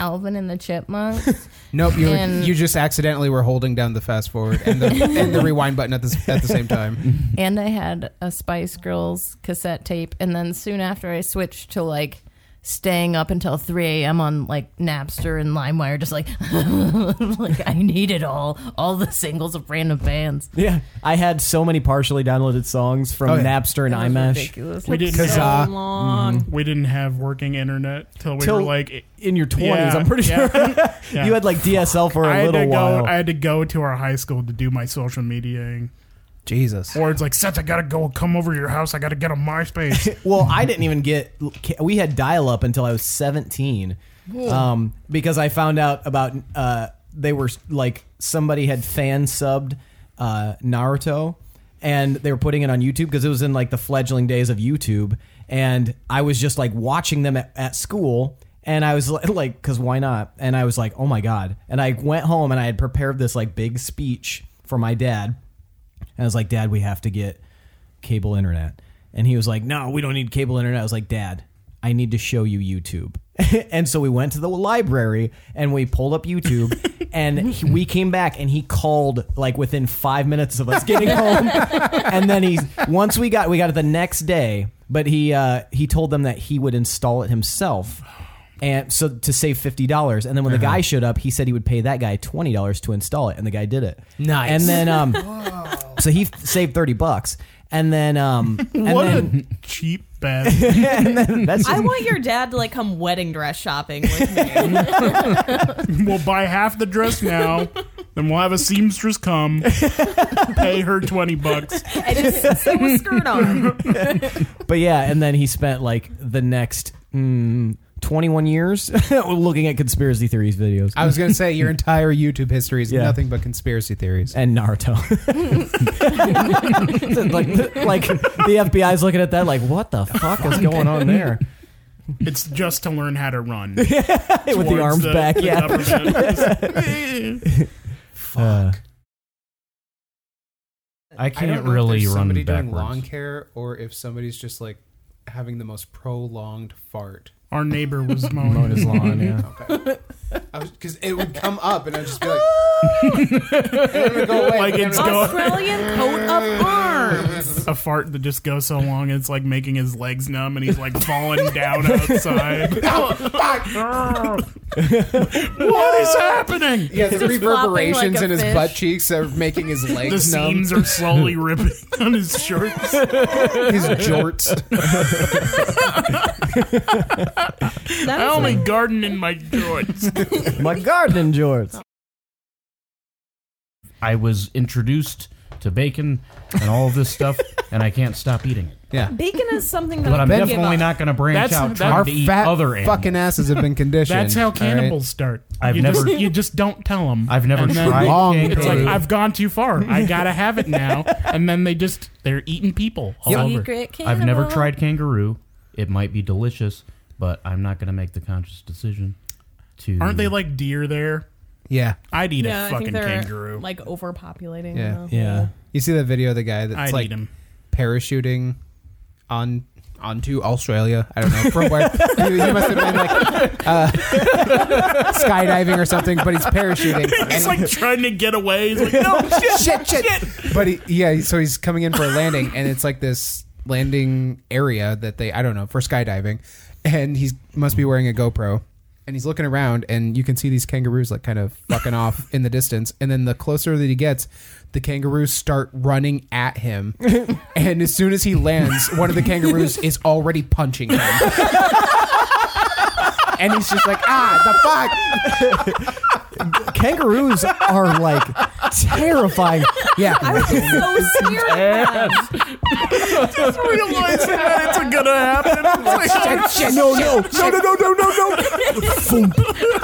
[SPEAKER 7] Alvin and the Chipmunks.
[SPEAKER 6] Nope, you
[SPEAKER 7] And-
[SPEAKER 6] you just accidentally were holding down the fast forward and the, and the rewind button at the s- at the same time.
[SPEAKER 7] and I had a Spice Girls cassette tape. And then soon after, I switched to like staying up until 3 a.m. on like Napster and LimeWire, just like, like I need it all, all the singles of random bands.
[SPEAKER 2] Yeah, I had so many partially downloaded songs from
[SPEAKER 6] Oh, yeah.
[SPEAKER 2] Napster and
[SPEAKER 7] That was
[SPEAKER 2] iMesh
[SPEAKER 7] ridiculous.
[SPEAKER 5] We didn't. Mm-hmm.
[SPEAKER 4] So
[SPEAKER 5] Have,
[SPEAKER 6] Huzzah.
[SPEAKER 4] long.
[SPEAKER 5] we didn't have working internet till we
[SPEAKER 2] Till-
[SPEAKER 5] were like. i-
[SPEAKER 2] in your twenties.
[SPEAKER 5] yeah,
[SPEAKER 2] I'm pretty sure
[SPEAKER 5] yeah, yeah.
[SPEAKER 2] you had like DSL for a
[SPEAKER 5] I had
[SPEAKER 2] little
[SPEAKER 5] to
[SPEAKER 2] while.
[SPEAKER 5] go. I had to go to our high school to do my social mediaing.
[SPEAKER 6] Jesus.
[SPEAKER 5] Or it's like, Seth, I gotta go. Come over to your house. I gotta get on MySpace.
[SPEAKER 2] well, I didn't even get. We had dial up until I was 17, um, because I found out about uh, they were like somebody had fan subbed uh, Naruto, and they were putting it on YouTube because it was in like the fledgling days of YouTube, and I was just like watching them at, at school. And I was li- like, because why not? And I was like, oh my God. And I went home and I had prepared this like big speech for my dad. And I was like, Dad, we have to get cable internet. And he was like, No, we don't need cable internet. I was like, Dad, I need to show you YouTube. and so we went to the library and we pulled up YouTube and he- we came back and he called like within five minutes of us getting home. and then he, once we got, we got it the next day, but he, uh, he told them that he would install it himself. And so to save fifty dollars, and then when the guy showed up, he said he would pay that guy twenty dollars to install it, and the guy did it.
[SPEAKER 6] Nice.
[SPEAKER 2] And then um, so he f- saved 30 bucks. And then, um, and
[SPEAKER 5] what
[SPEAKER 2] then,
[SPEAKER 5] a cheap bastard.
[SPEAKER 2] that's
[SPEAKER 4] I
[SPEAKER 2] just,
[SPEAKER 4] want your dad to like come wedding dress shopping with me.
[SPEAKER 5] we'll buy half the dress now. Then we'll have a seamstress come, pay her twenty bucks.
[SPEAKER 4] I just sew a skirt on.
[SPEAKER 2] But yeah, and then he spent like the next mm, 21 years looking at conspiracy theories videos
[SPEAKER 6] I was going to say your entire YouTube history is
[SPEAKER 2] Yeah.
[SPEAKER 6] nothing but conspiracy theories.
[SPEAKER 2] and Naruto. like, like the FBI's looking at that, like, what the fuck is going on there?
[SPEAKER 5] It's just to learn how to run
[SPEAKER 2] With the
[SPEAKER 5] towards
[SPEAKER 2] arms back,
[SPEAKER 5] the
[SPEAKER 2] yeah.
[SPEAKER 5] government.
[SPEAKER 2] Uh,
[SPEAKER 3] I
[SPEAKER 6] I
[SPEAKER 3] can't
[SPEAKER 6] don't know if
[SPEAKER 3] really
[SPEAKER 6] there's
[SPEAKER 3] run
[SPEAKER 6] somebody
[SPEAKER 3] backwards.
[SPEAKER 6] doing lawn care or if somebody's just like having the most prolonged fart.
[SPEAKER 5] Our neighbor was
[SPEAKER 2] mowing
[SPEAKER 5] mowing
[SPEAKER 2] Uh, his lawn, yeah.
[SPEAKER 6] Okay. Because it would come up and I'd just be like, and it would go away.
[SPEAKER 5] Like
[SPEAKER 6] and
[SPEAKER 5] it's
[SPEAKER 6] it would-
[SPEAKER 5] go-
[SPEAKER 4] Australian coat of arms.
[SPEAKER 5] a fart that just goes so long it's like making his legs numb and he's like falling down outside. what is happening?
[SPEAKER 6] Yeah, the
[SPEAKER 4] flopping like
[SPEAKER 6] reverberations
[SPEAKER 4] a
[SPEAKER 6] in his
[SPEAKER 4] fish.
[SPEAKER 6] butt cheeks are making his
[SPEAKER 5] The
[SPEAKER 6] legs numb.
[SPEAKER 5] seams are slowly ripping on his shirts.
[SPEAKER 6] His jorts.
[SPEAKER 4] That
[SPEAKER 5] I
[SPEAKER 4] is
[SPEAKER 5] only
[SPEAKER 4] like,
[SPEAKER 5] garden in my joints.
[SPEAKER 2] my gardening jorts.
[SPEAKER 3] I was introduced to bacon and all of this stuff, and I can't stop eating it.
[SPEAKER 6] Yeah.
[SPEAKER 4] bacon is something that
[SPEAKER 3] But
[SPEAKER 4] I
[SPEAKER 3] I'm
[SPEAKER 4] would give
[SPEAKER 3] definitely
[SPEAKER 4] up.
[SPEAKER 3] not going to branch
[SPEAKER 5] That's-
[SPEAKER 3] out
[SPEAKER 5] that-
[SPEAKER 3] trying
[SPEAKER 6] Our
[SPEAKER 3] to eat
[SPEAKER 6] fat
[SPEAKER 3] other animals.
[SPEAKER 6] fucking asses have been conditioned.
[SPEAKER 5] That's how
[SPEAKER 6] all right?
[SPEAKER 5] cannibals start.
[SPEAKER 3] I've
[SPEAKER 5] you
[SPEAKER 3] never-
[SPEAKER 5] Just, you just don't tell them.
[SPEAKER 3] I've never
[SPEAKER 5] And then
[SPEAKER 3] tried.
[SPEAKER 6] Long
[SPEAKER 3] kangaroo.
[SPEAKER 5] It's like I've gone too far. I gotta have it now. And then they just they're eating people all over.
[SPEAKER 4] Secret
[SPEAKER 3] I've never
[SPEAKER 4] cannibal.
[SPEAKER 3] tried kangaroo. It might be delicious, but I'm not going to make the conscious decision to.
[SPEAKER 5] Aren't they like deer there?
[SPEAKER 6] Yeah.
[SPEAKER 5] I'd eat
[SPEAKER 4] Yeah,
[SPEAKER 5] a
[SPEAKER 4] I
[SPEAKER 5] fucking
[SPEAKER 4] think they're
[SPEAKER 5] kangaroo.
[SPEAKER 4] like overpopulating.
[SPEAKER 6] Yeah.
[SPEAKER 4] the whole-
[SPEAKER 2] Yeah.
[SPEAKER 6] You see that video of the guy that's
[SPEAKER 5] I'd
[SPEAKER 6] like
[SPEAKER 5] eat him.
[SPEAKER 6] parachuting on onto Australia. I don't know from where he, he must have been like uh, skydiving or something, but he's parachuting.
[SPEAKER 5] It's like trying to get away. He's like, no,
[SPEAKER 6] shit, shit, But he, yeah, so he's coming in for a landing, and it's like this landing area that they I don't know for skydiving, and he must be wearing a GoPro. And he's looking around, and you can see these kangaroos like kind of fucking off in the distance. And then the closer that he gets, the kangaroos start running at him. And as soon as he lands, one of the kangaroos is already punching him. and he's just like, ah, the fuck.
[SPEAKER 2] Kangaroos are like terrifying.
[SPEAKER 4] I
[SPEAKER 6] Yeah.
[SPEAKER 4] was so scared. of them.
[SPEAKER 5] realize that it's gonna happen. It's like,
[SPEAKER 2] no, no, no, no, no, no, no, no.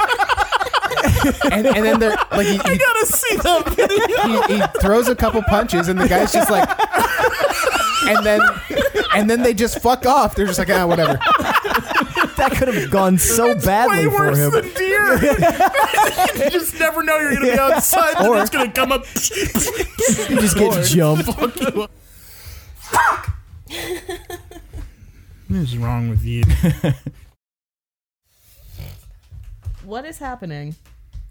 [SPEAKER 6] And, and then they're like, he, he
[SPEAKER 5] I gotta see them.
[SPEAKER 6] he, he throws a couple punches and the guy's just like and then and then they just fuck off they're just like ah whatever
[SPEAKER 2] That could have gone so badly
[SPEAKER 5] Way
[SPEAKER 2] for
[SPEAKER 5] worse
[SPEAKER 2] him.
[SPEAKER 5] than deer. you just never know you're gonna be outside. Or
[SPEAKER 2] Or-
[SPEAKER 5] it's gonna come up.
[SPEAKER 2] he just gets jumped.
[SPEAKER 5] What is wrong with you?
[SPEAKER 4] What is happening?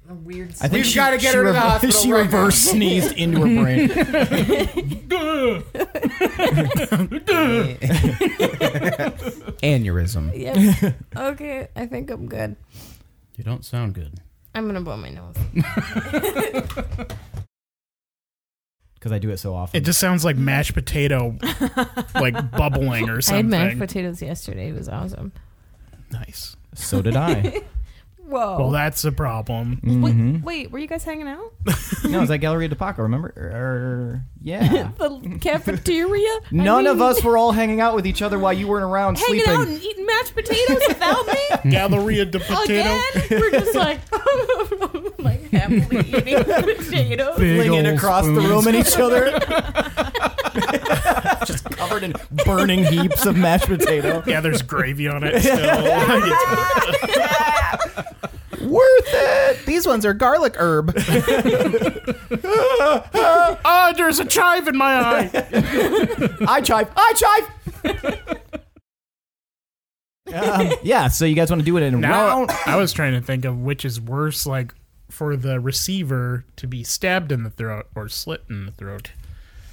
[SPEAKER 4] A weird.
[SPEAKER 2] I think
[SPEAKER 6] We've gotta get her to the
[SPEAKER 2] rever-
[SPEAKER 6] hospital
[SPEAKER 2] She
[SPEAKER 6] right
[SPEAKER 2] reverse sneezed into her brain.
[SPEAKER 6] aneurysm
[SPEAKER 7] Yeah. okay, I think I'm good.
[SPEAKER 3] You don't sound good.
[SPEAKER 7] I'm gonna blow my nose.
[SPEAKER 2] Because I do it so often.
[SPEAKER 5] It just sounds like mashed potato, like bubbling or
[SPEAKER 7] I had
[SPEAKER 5] something.
[SPEAKER 7] mashed potatoes yesterday. It was awesome.
[SPEAKER 5] nice.
[SPEAKER 2] so did I.
[SPEAKER 7] Whoa.
[SPEAKER 5] Well, that's a problem.
[SPEAKER 4] Wait, wait, were you guys hanging out?
[SPEAKER 2] No, it's that Galleria de Paco, remember? Er, yeah.
[SPEAKER 7] the cafeteria. I
[SPEAKER 2] None of
[SPEAKER 7] mean,
[SPEAKER 2] us were all hanging out with each other while you weren't around
[SPEAKER 4] Hanging
[SPEAKER 2] sleeping.
[SPEAKER 4] out and eating mashed potatoes without me
[SPEAKER 5] Galleria de potato.
[SPEAKER 4] again? We're just like,
[SPEAKER 7] like happily eating potatoes.
[SPEAKER 2] flinging across the room at each other. Just covered in burning heaps of mashed potato.
[SPEAKER 5] Yeah, there's gravy on it still. It's-
[SPEAKER 6] worth it these ones are garlic herb
[SPEAKER 5] oh, there's a chive in my eye.
[SPEAKER 2] I chive. I chive. um, yeah, so you guys want to do it in a
[SPEAKER 5] Now,
[SPEAKER 2] round?
[SPEAKER 5] I was trying to think of which is worse, like for the receiver to be stabbed in the throat or slit in the throat.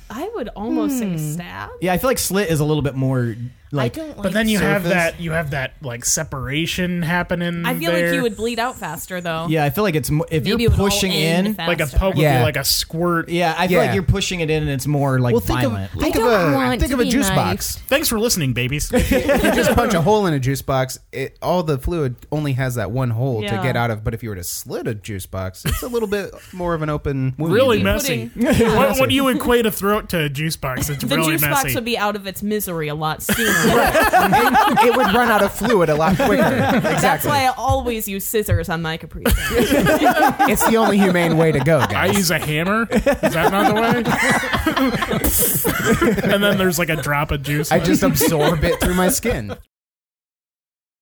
[SPEAKER 4] I would almost say stab.
[SPEAKER 2] Yeah, I feel like slit is a little bit more Like,
[SPEAKER 7] I don't like
[SPEAKER 5] But then you have
[SPEAKER 2] surface.
[SPEAKER 5] that you have that like separation happening.
[SPEAKER 4] I feel
[SPEAKER 5] there.
[SPEAKER 4] like you would bleed out faster though.
[SPEAKER 2] yeah, I feel like it's mo- if
[SPEAKER 4] Maybe it
[SPEAKER 2] you're
[SPEAKER 4] would all
[SPEAKER 2] pushing
[SPEAKER 4] end
[SPEAKER 2] in.
[SPEAKER 4] faster.
[SPEAKER 5] like a poke would
[SPEAKER 6] Yeah.
[SPEAKER 5] be like a squirt.
[SPEAKER 2] Yeah, I feel
[SPEAKER 6] Yeah.
[SPEAKER 2] like you're pushing it in, and it's more like
[SPEAKER 3] Well, think of-
[SPEAKER 2] violent.
[SPEAKER 7] I
[SPEAKER 6] Think of
[SPEAKER 7] don't
[SPEAKER 6] a
[SPEAKER 7] want
[SPEAKER 6] think
[SPEAKER 7] to
[SPEAKER 6] of a
[SPEAKER 7] be
[SPEAKER 6] juice
[SPEAKER 7] knifed.
[SPEAKER 6] box.
[SPEAKER 5] Thanks for listening, babies.
[SPEAKER 6] If you just punch a hole in a juice box, it, all the fluid only has that one hole to
[SPEAKER 4] Yeah.
[SPEAKER 6] get out of. But if you were to slit a juice box, it's a little bit more of an open wound.
[SPEAKER 5] really
[SPEAKER 4] be
[SPEAKER 5] messy. what, what do you equate a throat to a juice box? It's
[SPEAKER 4] the
[SPEAKER 5] really
[SPEAKER 4] juice
[SPEAKER 5] messy.
[SPEAKER 4] box would be out of its misery a lot sooner.
[SPEAKER 6] it, it would run out of fluid a lot quicker.
[SPEAKER 4] That's
[SPEAKER 6] Exactly.
[SPEAKER 4] why I always use scissors on my Capri. Sun.
[SPEAKER 6] It's the only humane way to go,
[SPEAKER 5] I
[SPEAKER 6] guys.
[SPEAKER 5] use a hammer. Is that not the way? and then there's like a drop of juice.
[SPEAKER 6] I just absorb it through my skin.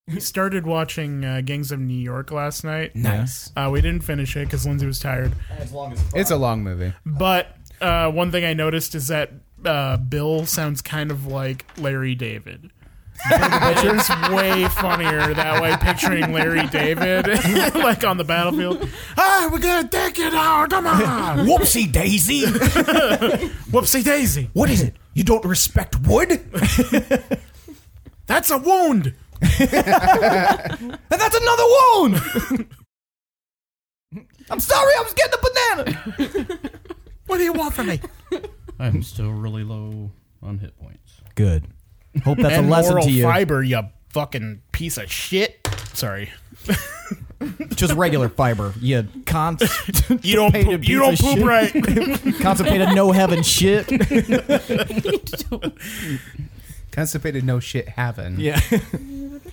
[SPEAKER 5] we started watching uh, Gangs of New York last night.
[SPEAKER 6] Nice.
[SPEAKER 5] Uh, we didn't finish it because Lindsay was tired.
[SPEAKER 6] It's a long movie.
[SPEAKER 5] But uh, one thing I noticed is that uh, Bill sounds kind of like Larry David. it's way funnier that way, picturing Larry David like on the battlefield. Ah, we're gonna take it out. Come on,
[SPEAKER 8] Whoopsie daisy!
[SPEAKER 5] whoopsie daisy.
[SPEAKER 8] What is it? You don't respect wood? And
[SPEAKER 5] That's a wound.
[SPEAKER 8] that's another wound! I'm sorry, I was getting a banana!
[SPEAKER 5] What do you want from me?
[SPEAKER 3] I'm still really low on hit points.
[SPEAKER 2] Good. Hope that's a
[SPEAKER 5] and
[SPEAKER 2] lesson
[SPEAKER 5] moral
[SPEAKER 2] to you.
[SPEAKER 5] fiber, you fucking piece of shit. Sorry,
[SPEAKER 2] Just regular fiber. You const-
[SPEAKER 5] you don't
[SPEAKER 2] Paid a
[SPEAKER 5] poop,
[SPEAKER 2] piece
[SPEAKER 5] you don't
[SPEAKER 2] of
[SPEAKER 5] poop
[SPEAKER 2] shit.
[SPEAKER 5] right.
[SPEAKER 2] constipated no heaven shit.
[SPEAKER 6] Constipated, no shit, having
[SPEAKER 2] Yeah.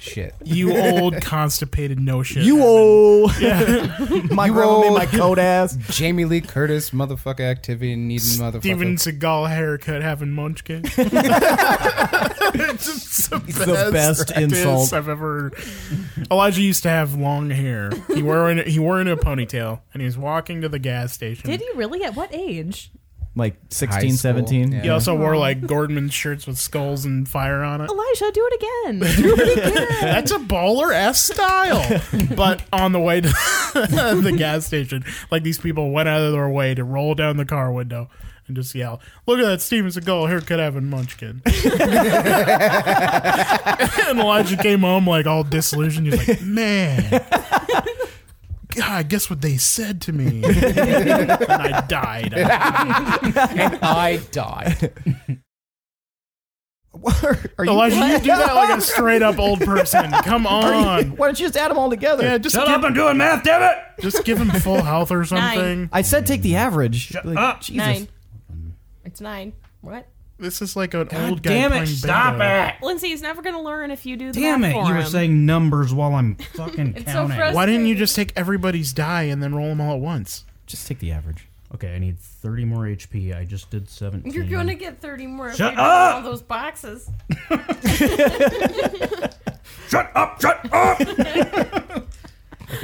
[SPEAKER 6] shit.
[SPEAKER 5] you old constipated no shit.
[SPEAKER 2] You
[SPEAKER 5] Evan.
[SPEAKER 2] old. my grandma made my coat ass.
[SPEAKER 6] Jamie Lee Curtis, motherfucker, activity needing motherfucker.
[SPEAKER 5] Steven Seagal haircut having munchkin. it's just the best,
[SPEAKER 2] best
[SPEAKER 5] practice
[SPEAKER 2] insult.
[SPEAKER 5] I've ever. Elijah used to have long hair. He wore in, he wore into a ponytail, and he was walking to the gas station.
[SPEAKER 4] Did he really? At what age?
[SPEAKER 2] Like
[SPEAKER 6] High
[SPEAKER 2] 16,
[SPEAKER 6] school.
[SPEAKER 2] 17.
[SPEAKER 6] Yeah.
[SPEAKER 5] He also wore like Gordman shirts with skulls and fire on it.
[SPEAKER 4] Elijah, do it again. Do it again.
[SPEAKER 5] That's a baller ass style. but on the way to the gas station, like these people went out of their way to roll down the car window and just yell, "Look at that Steven Seagal haircut having munchkin." and Elijah came home like all disillusioned. He's like, "Man." God, guess what they said to me? and I died.
[SPEAKER 6] I died.
[SPEAKER 2] Are you-
[SPEAKER 5] Elijah, you do that like a straight up old person. Come on.
[SPEAKER 2] Why don't you just add them all together?
[SPEAKER 5] Yeah, just
[SPEAKER 8] Shut
[SPEAKER 5] give,
[SPEAKER 8] up, I'm doing math, damn it!
[SPEAKER 5] just give him full health or something.
[SPEAKER 2] I said take the average. Like,
[SPEAKER 8] up.
[SPEAKER 2] Jesus.
[SPEAKER 7] Nine. It's nine. What?
[SPEAKER 5] This is like an old guy
[SPEAKER 8] Damn
[SPEAKER 5] playing
[SPEAKER 8] it, stop
[SPEAKER 5] bingo.
[SPEAKER 8] it!
[SPEAKER 4] Lindsay, he's never gonna learn if you do the
[SPEAKER 8] Damn
[SPEAKER 4] math
[SPEAKER 8] it,
[SPEAKER 4] for
[SPEAKER 8] you were
[SPEAKER 4] him.
[SPEAKER 8] saying numbers while I'm fucking
[SPEAKER 7] It's so
[SPEAKER 8] counting.
[SPEAKER 7] frustrating.
[SPEAKER 5] Why didn't you just take everybody's die and then roll them all at once?
[SPEAKER 2] Just take the average.
[SPEAKER 3] Okay, I need 30 more HP. I just did 17.
[SPEAKER 7] You're gonna get thirty more if
[SPEAKER 8] Shut
[SPEAKER 7] you buy
[SPEAKER 8] up!
[SPEAKER 7] all those boxes.
[SPEAKER 8] shut up, shut up!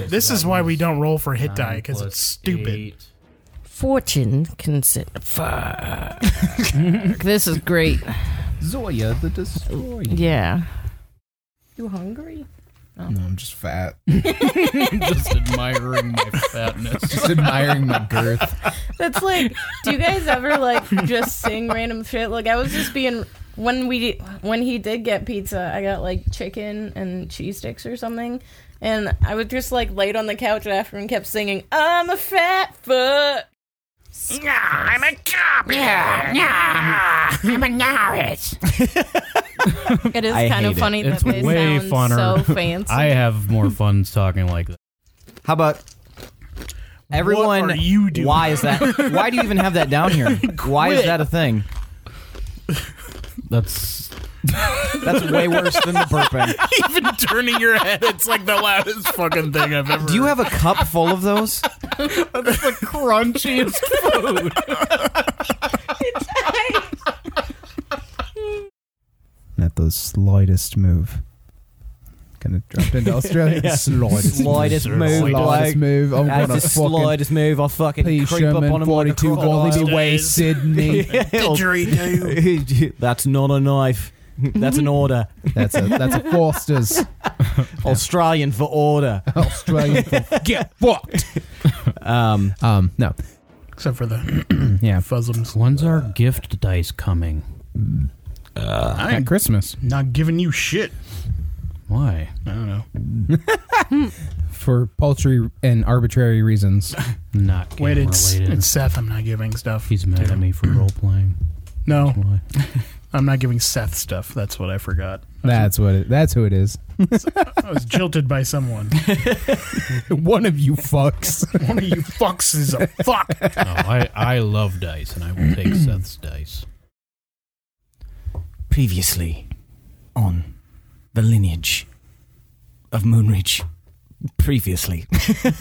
[SPEAKER 5] This is why we don't roll for hit
[SPEAKER 3] Nine
[SPEAKER 5] die because
[SPEAKER 3] plus
[SPEAKER 5] it's stupid.
[SPEAKER 3] eight.
[SPEAKER 7] Fortune consider. Fuck. this is great.
[SPEAKER 6] Zoya the Destroyer.
[SPEAKER 7] Yeah. You hungry?
[SPEAKER 6] No, I'm just fat.
[SPEAKER 3] just admiring my fatness.
[SPEAKER 6] Just admiring my girth.
[SPEAKER 7] That's like, do you guys ever like just sing random shit? Like I was just being when we when he did get pizza, I got like chicken and cheese sticks or something. And I was just like laid on the couch after and kept singing, "I'm a fat fuck." I'm a cop. Yeah, I'm a nourish. it is
[SPEAKER 2] I
[SPEAKER 7] kind
[SPEAKER 2] hate
[SPEAKER 7] of
[SPEAKER 2] it.
[SPEAKER 7] funny
[SPEAKER 3] It's
[SPEAKER 7] that they
[SPEAKER 3] way
[SPEAKER 7] sound
[SPEAKER 3] funner.
[SPEAKER 7] so fancy.
[SPEAKER 3] I have more fun talking like that.
[SPEAKER 2] How about everyone?
[SPEAKER 5] are you doing?
[SPEAKER 2] Why is that? Why do you even have that down here? Why is
[SPEAKER 5] Quit.
[SPEAKER 2] that a thing?
[SPEAKER 3] That's
[SPEAKER 2] That's way worse than the burping.
[SPEAKER 5] Even turning your head, it's like the loudest fucking thing I've ever.
[SPEAKER 2] Do you have a cup full of those?
[SPEAKER 5] the crunchiest food?
[SPEAKER 6] Not the slightest move. Gonna drop into Australia. Slightest,
[SPEAKER 2] Slightest move, like-
[SPEAKER 6] Slightest move. I'm
[SPEAKER 2] That's
[SPEAKER 6] gonna
[SPEAKER 2] the
[SPEAKER 6] fucking
[SPEAKER 2] slightest move. I'll fucking
[SPEAKER 6] pee
[SPEAKER 2] creep up on
[SPEAKER 6] Sherman
[SPEAKER 2] him like a
[SPEAKER 6] 42
[SPEAKER 2] crocodile.
[SPEAKER 6] Gollaby Way,
[SPEAKER 5] Days.
[SPEAKER 6] Sydney.
[SPEAKER 5] Didgeridoo.
[SPEAKER 2] That's not a knife. That's an order.
[SPEAKER 6] That's a that's a Foster's
[SPEAKER 2] Australian for order.
[SPEAKER 6] Australian for get fucked.
[SPEAKER 2] Um,
[SPEAKER 6] Um, no,
[SPEAKER 5] Except for the
[SPEAKER 6] yeah,
[SPEAKER 5] fuzzums.
[SPEAKER 3] when's our gift dice coming?
[SPEAKER 6] at Christmas
[SPEAKER 5] Not giving you shit.
[SPEAKER 3] Why?
[SPEAKER 5] I don't know.
[SPEAKER 6] for paltry and arbitrary reasons.
[SPEAKER 3] Not game
[SPEAKER 5] Wait, it's
[SPEAKER 3] related.
[SPEAKER 5] it's Seth. I'm not giving stuff.
[SPEAKER 3] He's mad at me for role playing.
[SPEAKER 5] No,
[SPEAKER 3] Why?
[SPEAKER 5] I'm not giving Seth stuff. That's what I forgot.
[SPEAKER 6] That's what. It, that's who it is.
[SPEAKER 5] I was jilted by someone.
[SPEAKER 6] One of you fucks.
[SPEAKER 5] One of you fucks is a fuck.
[SPEAKER 3] No, I, I love dice, and I will take Seth's dice.
[SPEAKER 1] Previously on the lineage of Moonreach. Previously.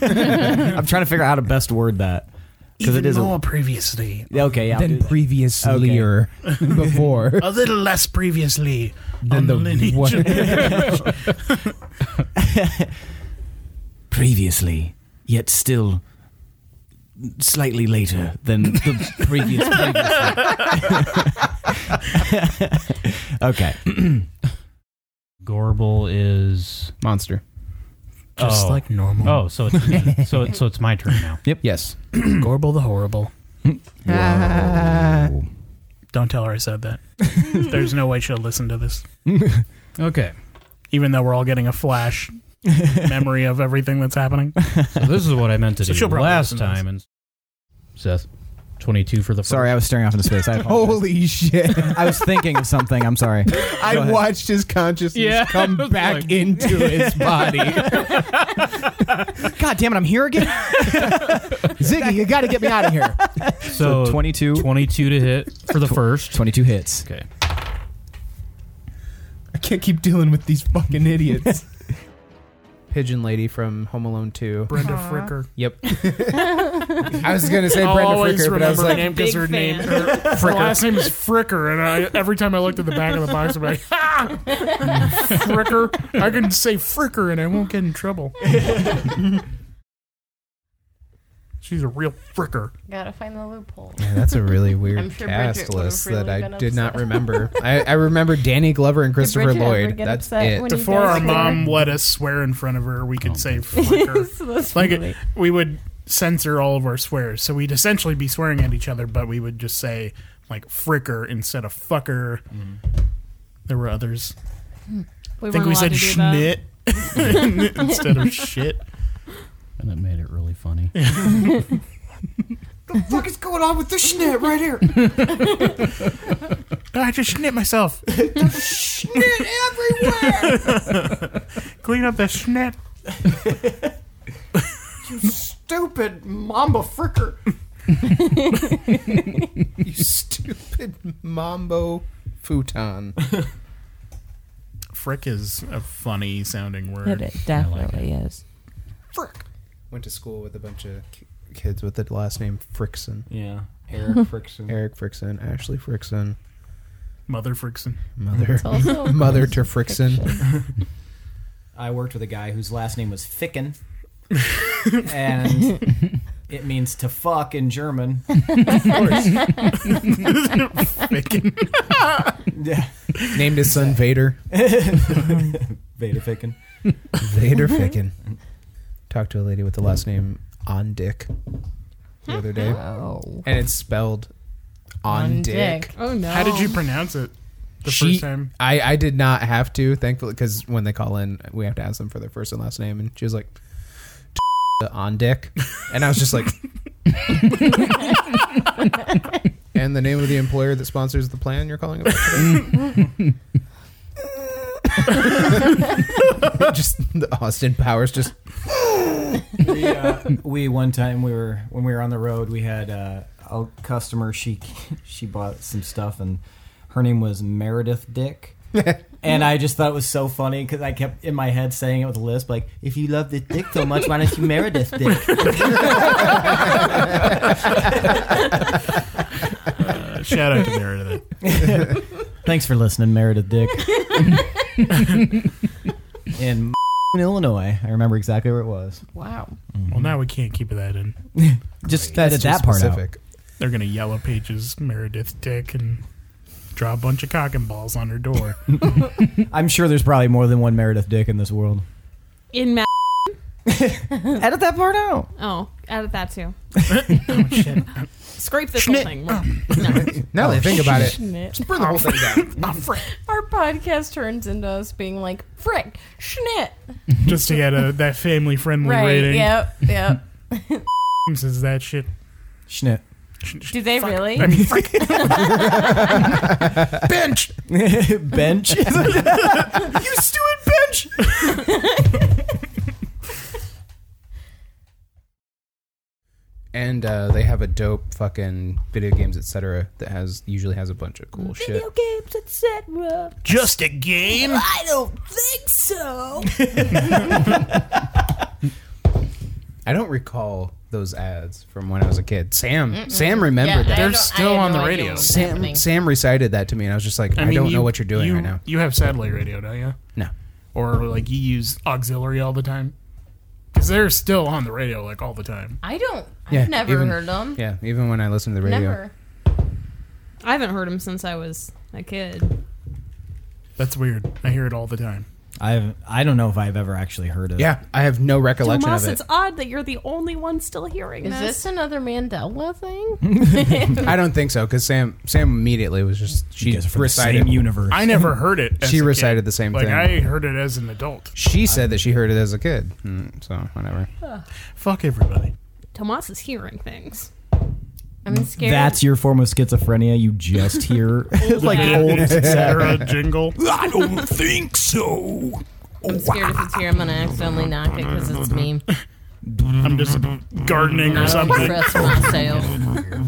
[SPEAKER 2] I'm trying to figure out how to best word that because it
[SPEAKER 5] Even
[SPEAKER 2] is a,
[SPEAKER 5] more previously,
[SPEAKER 2] okay. Yeah, I'll do
[SPEAKER 6] than
[SPEAKER 2] that.
[SPEAKER 6] previously or before.
[SPEAKER 5] a little less previously on
[SPEAKER 6] the
[SPEAKER 5] the lineage.
[SPEAKER 6] what-
[SPEAKER 1] previously, yet still slightly later than the previous previously.
[SPEAKER 2] okay.
[SPEAKER 3] Gorble is
[SPEAKER 6] Monster.
[SPEAKER 5] Just
[SPEAKER 3] oh.
[SPEAKER 5] like normal.
[SPEAKER 3] Oh, so it's so it, so it's my turn now.
[SPEAKER 6] Yes.
[SPEAKER 5] Gorble the horrible.
[SPEAKER 2] Whoa.
[SPEAKER 5] Don't tell her I said that. There's no way she'll listen to this.
[SPEAKER 3] Okay,
[SPEAKER 5] Even though we're all getting a flash memory of everything that's happening.
[SPEAKER 3] so this is what I meant to
[SPEAKER 5] So
[SPEAKER 3] do
[SPEAKER 5] she'll probably
[SPEAKER 3] last
[SPEAKER 5] listen to this.
[SPEAKER 3] time. And Seth, twenty-two for the first.
[SPEAKER 2] Sorry, I was staring off into space. I apologize.
[SPEAKER 6] Holy shit.
[SPEAKER 2] I was thinking of something. I'm sorry.
[SPEAKER 6] I
[SPEAKER 2] ahead.
[SPEAKER 6] watched his consciousness
[SPEAKER 3] Yeah,
[SPEAKER 6] come
[SPEAKER 3] I was
[SPEAKER 6] back
[SPEAKER 3] like-
[SPEAKER 6] into his body.
[SPEAKER 2] God damn it! I'm here again.
[SPEAKER 6] Ziggy, you got to get me out of here.
[SPEAKER 3] so
[SPEAKER 2] 22
[SPEAKER 3] 22 to hit for the first.
[SPEAKER 2] 22 hits.
[SPEAKER 3] Okay,
[SPEAKER 6] I can't keep dealing with these fucking idiots. Pigeon lady from Home Alone 2.
[SPEAKER 5] Brenda Fricker.
[SPEAKER 6] Yep. I was going to say
[SPEAKER 5] I'll
[SPEAKER 6] Brenda
[SPEAKER 5] always
[SPEAKER 6] Fricker, but I was
[SPEAKER 5] remember her
[SPEAKER 6] like,
[SPEAKER 5] name because
[SPEAKER 4] Big
[SPEAKER 5] her name
[SPEAKER 4] fan.
[SPEAKER 5] her, her last name is Fricker, and I, every time I looked at the back of the box, I'm like, ah, Fricker. I can say Fricker, and I won't get in trouble. She's a real Fricker.
[SPEAKER 7] Gotta find the loophole.
[SPEAKER 6] Yeah, that's a really weird
[SPEAKER 7] I'm sure Bridget
[SPEAKER 6] cast
[SPEAKER 7] would've
[SPEAKER 6] list
[SPEAKER 7] really
[SPEAKER 6] that I
[SPEAKER 7] been
[SPEAKER 6] did not
[SPEAKER 7] upset.
[SPEAKER 6] remember. I, I remember Danny Glover and Christopher
[SPEAKER 7] Bridget ever
[SPEAKER 6] Lloyd.
[SPEAKER 7] get
[SPEAKER 6] That's
[SPEAKER 7] upset
[SPEAKER 6] it.
[SPEAKER 7] when you
[SPEAKER 5] Before
[SPEAKER 7] guys
[SPEAKER 5] our
[SPEAKER 7] were-
[SPEAKER 5] mom let us swear in front of her, we could say Fricker.
[SPEAKER 7] So that's
[SPEAKER 5] like
[SPEAKER 7] really-
[SPEAKER 5] we would censor all of our swears, so we'd essentially be swearing at each other, but we would just say like fricker instead of fucker. There were others.
[SPEAKER 4] We
[SPEAKER 5] I think
[SPEAKER 4] weren't
[SPEAKER 5] we said
[SPEAKER 4] allowed to do that.
[SPEAKER 5] schmidt instead of shit.
[SPEAKER 3] and it made it really funny.
[SPEAKER 8] fuck is going on with this shit right here?
[SPEAKER 5] I just schnit myself.
[SPEAKER 8] everywhere.
[SPEAKER 5] Clean up the schnit.
[SPEAKER 8] Stupid mamba fricker.
[SPEAKER 6] You stupid mambo futon.
[SPEAKER 5] Frick is a funny sounding word.
[SPEAKER 7] It definitely is.
[SPEAKER 5] Frick.
[SPEAKER 6] Went to school with a bunch of ki- kids with the last name Frickson.
[SPEAKER 9] Yeah, Eric Frickson.
[SPEAKER 6] Eric Frickson, Ashley Frickson,
[SPEAKER 5] Mother frickson.
[SPEAKER 6] mother
[SPEAKER 7] It's also a
[SPEAKER 6] mother
[SPEAKER 7] close
[SPEAKER 6] to Frickson.
[SPEAKER 7] fiction.
[SPEAKER 9] I worked with a guy whose last name was Ficken, and it means to fuck in German.
[SPEAKER 5] Ficken.
[SPEAKER 9] Yeah,
[SPEAKER 6] Named his son Vader.
[SPEAKER 9] Vader Ficken.
[SPEAKER 6] Vader Ficken. Talked to a lady with the last name On Dick the other day,
[SPEAKER 7] Oh.
[SPEAKER 6] and it's spelled On Dick.
[SPEAKER 4] Oh no!
[SPEAKER 5] How did you pronounce it the
[SPEAKER 6] she,
[SPEAKER 5] first time?
[SPEAKER 6] I, I did not have to, thankfully, because when they call in, we have to ask them for their first and last name. And she was like, on dick. And I was just like, and the name of the employer that sponsors the plan you're calling about today?" just the Austin Powers, just
[SPEAKER 9] we, uh, we one time we were when we were on the road we had uh, a customer she she bought some stuff and her name was meredith dick and i just thought it was so funny because i kept in my head saying it with a lisp like if you love this dick so much why don't you meredith dick
[SPEAKER 5] Uh, shout out to Meredith.
[SPEAKER 9] thanks for listening meredith dick in illinois i remember exactly where it was
[SPEAKER 7] Wow.
[SPEAKER 5] Well, now we can't keep that in.
[SPEAKER 9] just
[SPEAKER 6] It's
[SPEAKER 9] edit
[SPEAKER 6] too
[SPEAKER 9] that part out
[SPEAKER 6] specific.
[SPEAKER 5] They're gonna yellow pages Meredith Dick and draw a bunch of cock and balls on her door.
[SPEAKER 9] i'm sure there's probably more than one meredith dick in this world
[SPEAKER 4] in ma-
[SPEAKER 9] Edit that part out.
[SPEAKER 4] Oh, edit that too. Scrape this whole thing. We're- No.
[SPEAKER 6] Now
[SPEAKER 9] Oh,
[SPEAKER 6] that I think about it,
[SPEAKER 7] Schnit.
[SPEAKER 6] burn the whole thing down.
[SPEAKER 7] Our podcast turns into us being like, frick, schnit.
[SPEAKER 5] just to get a, that family friendly
[SPEAKER 7] Right.
[SPEAKER 5] rating.
[SPEAKER 7] Yep. Yep.
[SPEAKER 5] Says that shit.
[SPEAKER 9] Schnit.
[SPEAKER 7] Do they really?
[SPEAKER 5] I mean, frick.
[SPEAKER 2] Bench.
[SPEAKER 9] Bench.
[SPEAKER 2] You stupid bench.
[SPEAKER 6] And uh, they have a dope fucking video games, etc. That has usually has a bunch of cool shit.
[SPEAKER 7] games, etc.
[SPEAKER 5] just a game.
[SPEAKER 7] I don't think so.
[SPEAKER 6] I don't recall those ads from when I was a kid. Sam, Sam remembered
[SPEAKER 7] Yeah, I
[SPEAKER 6] that.
[SPEAKER 7] don't- I
[SPEAKER 5] still
[SPEAKER 7] had
[SPEAKER 5] on
[SPEAKER 7] no
[SPEAKER 5] the
[SPEAKER 7] idea
[SPEAKER 5] radio.
[SPEAKER 7] what was
[SPEAKER 6] Sam,
[SPEAKER 7] happening.
[SPEAKER 6] Sam recited that to me, and I was just like, I,
[SPEAKER 5] mean,
[SPEAKER 6] don't know
[SPEAKER 5] you-
[SPEAKER 6] what you're doing
[SPEAKER 5] you-
[SPEAKER 6] right now.
[SPEAKER 5] You have satellite radio, don't you?
[SPEAKER 6] No.
[SPEAKER 5] Or like you use auxiliary all the time? Because they're still on the radio like all the time.
[SPEAKER 7] I don't. I've
[SPEAKER 6] Yeah,
[SPEAKER 7] never
[SPEAKER 6] even-
[SPEAKER 7] heard them.
[SPEAKER 6] Yeah, even when I listen to the radio.
[SPEAKER 7] Mm. Never.
[SPEAKER 4] I haven't heard him since I was a kid.
[SPEAKER 5] That's weird. I hear it all the time.
[SPEAKER 9] I've I don't know if I've ever actually heard of.
[SPEAKER 6] Yeah, I have no recollection
[SPEAKER 4] Tomas,
[SPEAKER 6] of it.
[SPEAKER 4] it's odd that you're the only one still hearing
[SPEAKER 7] Is this another Mandela thing?
[SPEAKER 6] I don't think so because Sam Sam immediately was just she
[SPEAKER 9] You guys are from the
[SPEAKER 6] recited
[SPEAKER 9] same universe.
[SPEAKER 5] I never heard it. as
[SPEAKER 6] She
[SPEAKER 5] a kid.
[SPEAKER 6] recited the same
[SPEAKER 5] like,
[SPEAKER 6] thing.
[SPEAKER 5] I heard it as an adult.
[SPEAKER 6] she said that she heard it as a kid. Mm, so whatever.
[SPEAKER 5] Fuck everybody.
[SPEAKER 4] Tomas is hearing things.
[SPEAKER 7] I'm scared.
[SPEAKER 9] That's your form of schizophrenia. You just hear
[SPEAKER 5] Oh,
[SPEAKER 9] like old.
[SPEAKER 5] etc. jingle.
[SPEAKER 1] I don't think so.
[SPEAKER 7] I'm scared if it's here, I'm gonna accidentally knock it because it's me.
[SPEAKER 5] I'm just gardening or
[SPEAKER 7] I
[SPEAKER 5] something.
[SPEAKER 7] don't trust myself.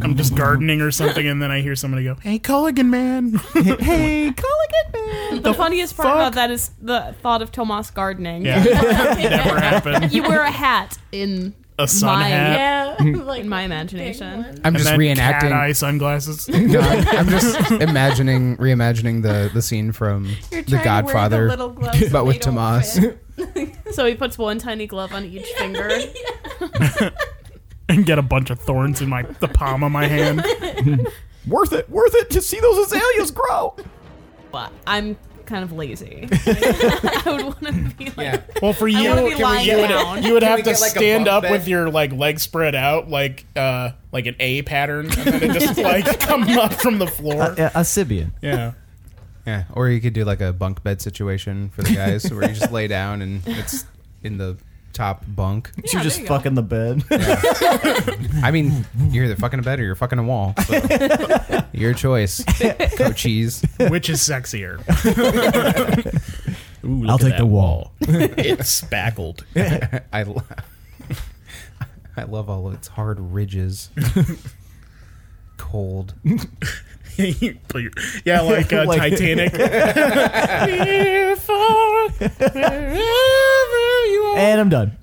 [SPEAKER 5] I'm just gardening or something, and then I hear somebody go, "Hey, Culligan man."
[SPEAKER 9] hey,
[SPEAKER 4] The, funniest part about that is the thought of Tomas gardening.
[SPEAKER 5] yeah, never happened.
[SPEAKER 4] you wear a hat in
[SPEAKER 5] A sun
[SPEAKER 4] My-
[SPEAKER 5] hat.
[SPEAKER 7] Yeah. like,
[SPEAKER 4] in my imagination.
[SPEAKER 6] I'm
[SPEAKER 5] and
[SPEAKER 6] just
[SPEAKER 5] then Cat eye
[SPEAKER 6] reenacting.
[SPEAKER 5] sunglasses.
[SPEAKER 6] No, I'm I'm just imagining reimagining the the scene from
[SPEAKER 7] You're
[SPEAKER 6] The
[SPEAKER 7] trying to wear
[SPEAKER 6] Godfather,
[SPEAKER 7] little gloves and
[SPEAKER 6] but
[SPEAKER 7] they
[SPEAKER 6] with
[SPEAKER 7] don't
[SPEAKER 6] Tomas.
[SPEAKER 7] fit.
[SPEAKER 4] So he puts one tiny glove on each finger.
[SPEAKER 5] and get a bunch of thorns in my the palm of my hand.
[SPEAKER 2] Worth it. Worth it to see those azaleas grow.
[SPEAKER 4] But I'm kind of lazy. I would want to be like
[SPEAKER 5] Well, for
[SPEAKER 4] I
[SPEAKER 5] you,
[SPEAKER 4] want to be
[SPEAKER 5] you
[SPEAKER 4] lying
[SPEAKER 5] would,
[SPEAKER 4] down.
[SPEAKER 5] you would
[SPEAKER 6] Can
[SPEAKER 5] have
[SPEAKER 6] we
[SPEAKER 5] to
[SPEAKER 6] get, like, a
[SPEAKER 5] stand
[SPEAKER 6] bunk
[SPEAKER 5] up
[SPEAKER 6] bed?
[SPEAKER 5] with your like legs spread out, like uh, like an A pattern, and then it just like come up from the floor.
[SPEAKER 9] a, a Sibian.
[SPEAKER 5] Yeah,
[SPEAKER 6] Yeah, or you could do like a bunk bed situation for the guys where you just lay down and it's in the top bunk.
[SPEAKER 4] Yeah,
[SPEAKER 9] You're
[SPEAKER 4] there
[SPEAKER 9] just
[SPEAKER 4] you go.
[SPEAKER 9] fucking the bed.
[SPEAKER 6] I mean, you're either fucking a bed or you're fucking a wall. So. Your choice, coaches.
[SPEAKER 5] which is sexier? Ooh,
[SPEAKER 9] I'll
[SPEAKER 5] look at
[SPEAKER 9] take
[SPEAKER 5] that
[SPEAKER 9] the wall.
[SPEAKER 5] it's spackled.
[SPEAKER 6] I, lo- I love all of its hard ridges. Cold.
[SPEAKER 5] You put your- yeah, like, uh,
[SPEAKER 9] Like-
[SPEAKER 5] Titanic. Here for wherever you are.
[SPEAKER 9] and I'm done.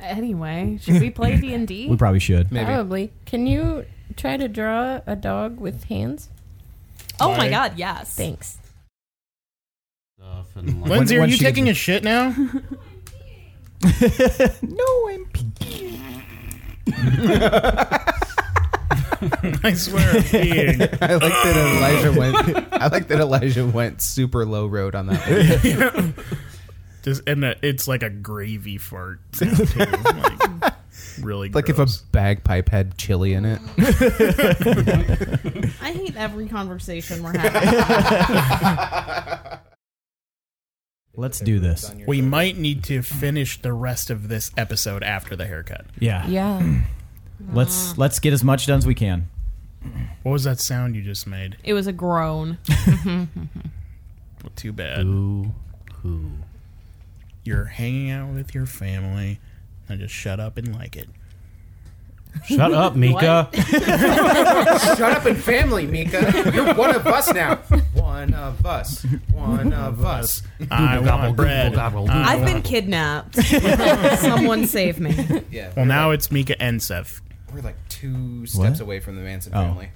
[SPEAKER 4] Anyway, should we play D and
[SPEAKER 9] We
[SPEAKER 4] D?
[SPEAKER 9] probably should.
[SPEAKER 6] Maybe.
[SPEAKER 7] Probably. Can you try to draw a dog with hands?
[SPEAKER 4] Oh my god, yes.
[SPEAKER 7] Thanks.
[SPEAKER 3] Stuff and like,
[SPEAKER 5] Lindsay,
[SPEAKER 6] When-
[SPEAKER 5] are
[SPEAKER 6] when
[SPEAKER 5] you
[SPEAKER 6] she gets
[SPEAKER 5] taking
[SPEAKER 6] her-
[SPEAKER 5] a shit now?
[SPEAKER 9] No, I'm
[SPEAKER 5] I swear, I'm peeing.
[SPEAKER 6] I like that Elijah went. I like that Elijah went super low road on that. One.
[SPEAKER 5] Just and uh it's like a gravy fart. Sound too. like, really,
[SPEAKER 6] Like if a
[SPEAKER 5] gross.
[SPEAKER 6] bagpipe had chili in it.
[SPEAKER 4] I hate every conversation we're having.
[SPEAKER 9] Let's do this.
[SPEAKER 5] we might need to finish the rest of this episode after the haircut.
[SPEAKER 9] Yeah.
[SPEAKER 7] Yeah.
[SPEAKER 9] Let's let's get as much done as we can.
[SPEAKER 5] What was that sound you just made?
[SPEAKER 4] it was a groan.
[SPEAKER 5] Well, too bad.
[SPEAKER 3] ooh, ooh.
[SPEAKER 5] You're hanging out with your family, and just shut up and like it.
[SPEAKER 3] Shut up, Mika.
[SPEAKER 6] Shut up and family, Mika. You're one of us now. One of us. One of us.
[SPEAKER 5] I
[SPEAKER 3] gobble,
[SPEAKER 5] want bread.
[SPEAKER 3] gobble, gobble,
[SPEAKER 5] I
[SPEAKER 3] gobble.
[SPEAKER 4] I've
[SPEAKER 5] want-
[SPEAKER 4] been kidnapped. Someone save me.
[SPEAKER 6] Yeah.
[SPEAKER 5] Well, now it's Mika and Seth.
[SPEAKER 6] we're like two
[SPEAKER 9] What?
[SPEAKER 6] steps away from the Manson
[SPEAKER 9] Oh.
[SPEAKER 6] family.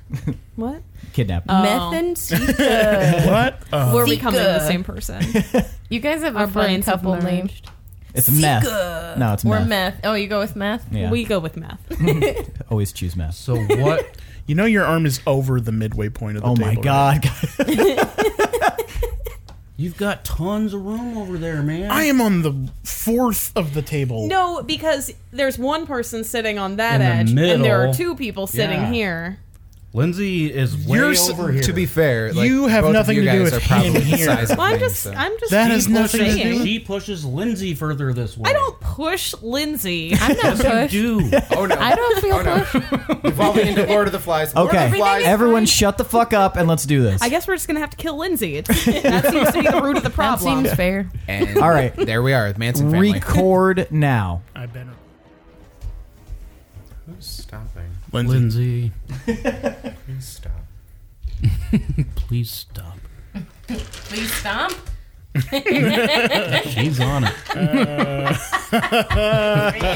[SPEAKER 4] What?
[SPEAKER 9] Kidnap.
[SPEAKER 7] Meth and Sika.
[SPEAKER 5] What? Oh,
[SPEAKER 4] We're becoming
[SPEAKER 7] Sika.
[SPEAKER 4] the same person.
[SPEAKER 7] You guys have
[SPEAKER 4] Our
[SPEAKER 7] a fun
[SPEAKER 4] brains have
[SPEAKER 7] couple name.
[SPEAKER 4] merged.
[SPEAKER 9] it's meth. No, it's
[SPEAKER 7] Or
[SPEAKER 9] meth.
[SPEAKER 7] meth. Oh, you go with meth?
[SPEAKER 9] Yeah.
[SPEAKER 4] We go with meth.
[SPEAKER 9] always choose meth.
[SPEAKER 3] So what?
[SPEAKER 5] you
[SPEAKER 6] Oh
[SPEAKER 5] know your arm is over the midway point of the
[SPEAKER 9] Oh
[SPEAKER 5] table.
[SPEAKER 9] my
[SPEAKER 5] right?
[SPEAKER 9] god.
[SPEAKER 3] You've got tons of room over there, man.
[SPEAKER 5] I am on the fourth of the table.
[SPEAKER 4] No, because there's one person sitting on that
[SPEAKER 3] In the
[SPEAKER 4] edge, and there are
[SPEAKER 3] middle.
[SPEAKER 4] two people sitting
[SPEAKER 3] Yeah.
[SPEAKER 4] here.
[SPEAKER 3] Lindsay is way
[SPEAKER 5] You're s-
[SPEAKER 3] over here.
[SPEAKER 6] To be fair, like,
[SPEAKER 5] You have
[SPEAKER 6] both of
[SPEAKER 5] nothing
[SPEAKER 6] you
[SPEAKER 5] to do
[SPEAKER 6] guys
[SPEAKER 5] with
[SPEAKER 6] are probably
[SPEAKER 5] him
[SPEAKER 6] the
[SPEAKER 5] here.
[SPEAKER 6] size of
[SPEAKER 4] Well, I'm
[SPEAKER 6] me,
[SPEAKER 4] just,
[SPEAKER 6] so-
[SPEAKER 4] I'm just.
[SPEAKER 5] That has nothing to
[SPEAKER 4] saying.
[SPEAKER 5] do with
[SPEAKER 3] she pushes Lindsay further this way.
[SPEAKER 4] I don't push Lindsay.
[SPEAKER 7] I'm not pushed.
[SPEAKER 3] do.
[SPEAKER 6] oh no,
[SPEAKER 7] I don't feel pushed.
[SPEAKER 6] evolving into Lord of the Flies. Lord of
[SPEAKER 2] Okay,
[SPEAKER 6] the Flies.
[SPEAKER 2] everyone, shut the fuck up and let's do this.
[SPEAKER 4] I guess we're just gonna have to kill Lindsay. It's, that seems to be the root of the
[SPEAKER 7] That
[SPEAKER 4] problem.
[SPEAKER 7] seems fair.
[SPEAKER 6] And
[SPEAKER 2] All right.
[SPEAKER 6] there we are, the Manson family.
[SPEAKER 2] Record now.
[SPEAKER 5] I better.
[SPEAKER 6] Who's stopping?
[SPEAKER 3] Lindsay,
[SPEAKER 6] Please stop.
[SPEAKER 3] please stop.
[SPEAKER 7] Please stomp.
[SPEAKER 3] She's on it.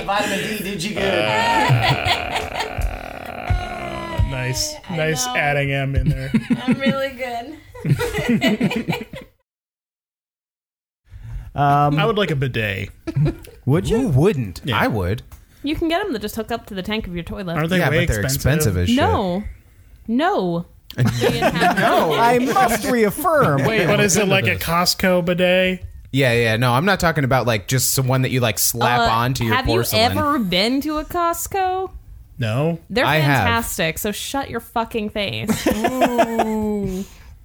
[SPEAKER 9] Vitamin D did you good?
[SPEAKER 5] Nice, nice
[SPEAKER 7] know.
[SPEAKER 5] adding M in there.
[SPEAKER 7] I'm really good.
[SPEAKER 2] Um,
[SPEAKER 5] I would like a bidet.
[SPEAKER 2] would you?
[SPEAKER 6] You wouldn't.
[SPEAKER 5] Yeah.
[SPEAKER 6] I would.
[SPEAKER 4] You can get them to just hook up to the tank of your toilet.
[SPEAKER 5] Aren't they
[SPEAKER 6] yeah,
[SPEAKER 5] way
[SPEAKER 6] but they're expensive, as shit.
[SPEAKER 4] no, no.
[SPEAKER 6] No.
[SPEAKER 2] I must reaffirm.
[SPEAKER 5] Wait, what is it like a Costco bidet?
[SPEAKER 6] Yeah, yeah. No, I'm not talking about like just some one that you like slap
[SPEAKER 4] Uh,
[SPEAKER 6] onto your
[SPEAKER 4] have
[SPEAKER 6] porcelain.
[SPEAKER 4] you ever been to a Costco?
[SPEAKER 5] No.
[SPEAKER 4] They're
[SPEAKER 6] I have.
[SPEAKER 4] fantastic. So shut your fucking face. and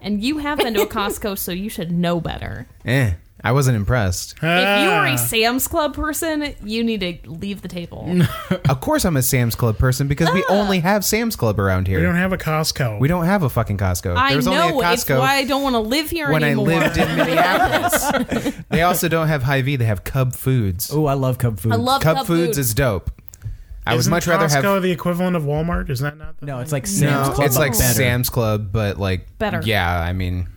[SPEAKER 4] you have been to a Costco, so you should know better.
[SPEAKER 6] Eh, I wasn't impressed.
[SPEAKER 4] If you were
[SPEAKER 5] Ah.
[SPEAKER 4] a Sam's Club person, you need to leave the table.
[SPEAKER 6] of course, I'm a Sam's Club person because
[SPEAKER 4] Ah.
[SPEAKER 6] we only have Sam's Club around here.
[SPEAKER 5] we don't have a Costco.
[SPEAKER 6] We don't have a fucking Costco.
[SPEAKER 4] I
[SPEAKER 6] There's
[SPEAKER 4] know
[SPEAKER 6] only a
[SPEAKER 4] it's
[SPEAKER 6] Costco
[SPEAKER 4] why I don't want to live here
[SPEAKER 6] when I
[SPEAKER 4] anymore.
[SPEAKER 6] lived in Minneapolis. they also don't have Hy-Vee. They have Cub Foods.
[SPEAKER 2] Oh, I love Cub Food.
[SPEAKER 4] I love
[SPEAKER 6] Cub,
[SPEAKER 4] Cub
[SPEAKER 6] Foods
[SPEAKER 4] food.
[SPEAKER 6] is dope. I would
[SPEAKER 5] Isn't
[SPEAKER 6] much
[SPEAKER 5] Costco
[SPEAKER 6] rather have
[SPEAKER 5] the equivalent of Walmart. Is that not? The
[SPEAKER 2] no,
[SPEAKER 5] thing?
[SPEAKER 2] it's like
[SPEAKER 6] No,
[SPEAKER 2] Sam's Club.
[SPEAKER 6] it's
[SPEAKER 2] but
[SPEAKER 6] like
[SPEAKER 2] better.
[SPEAKER 6] Sam's Club, but like
[SPEAKER 4] Better.
[SPEAKER 6] Yeah, I mean,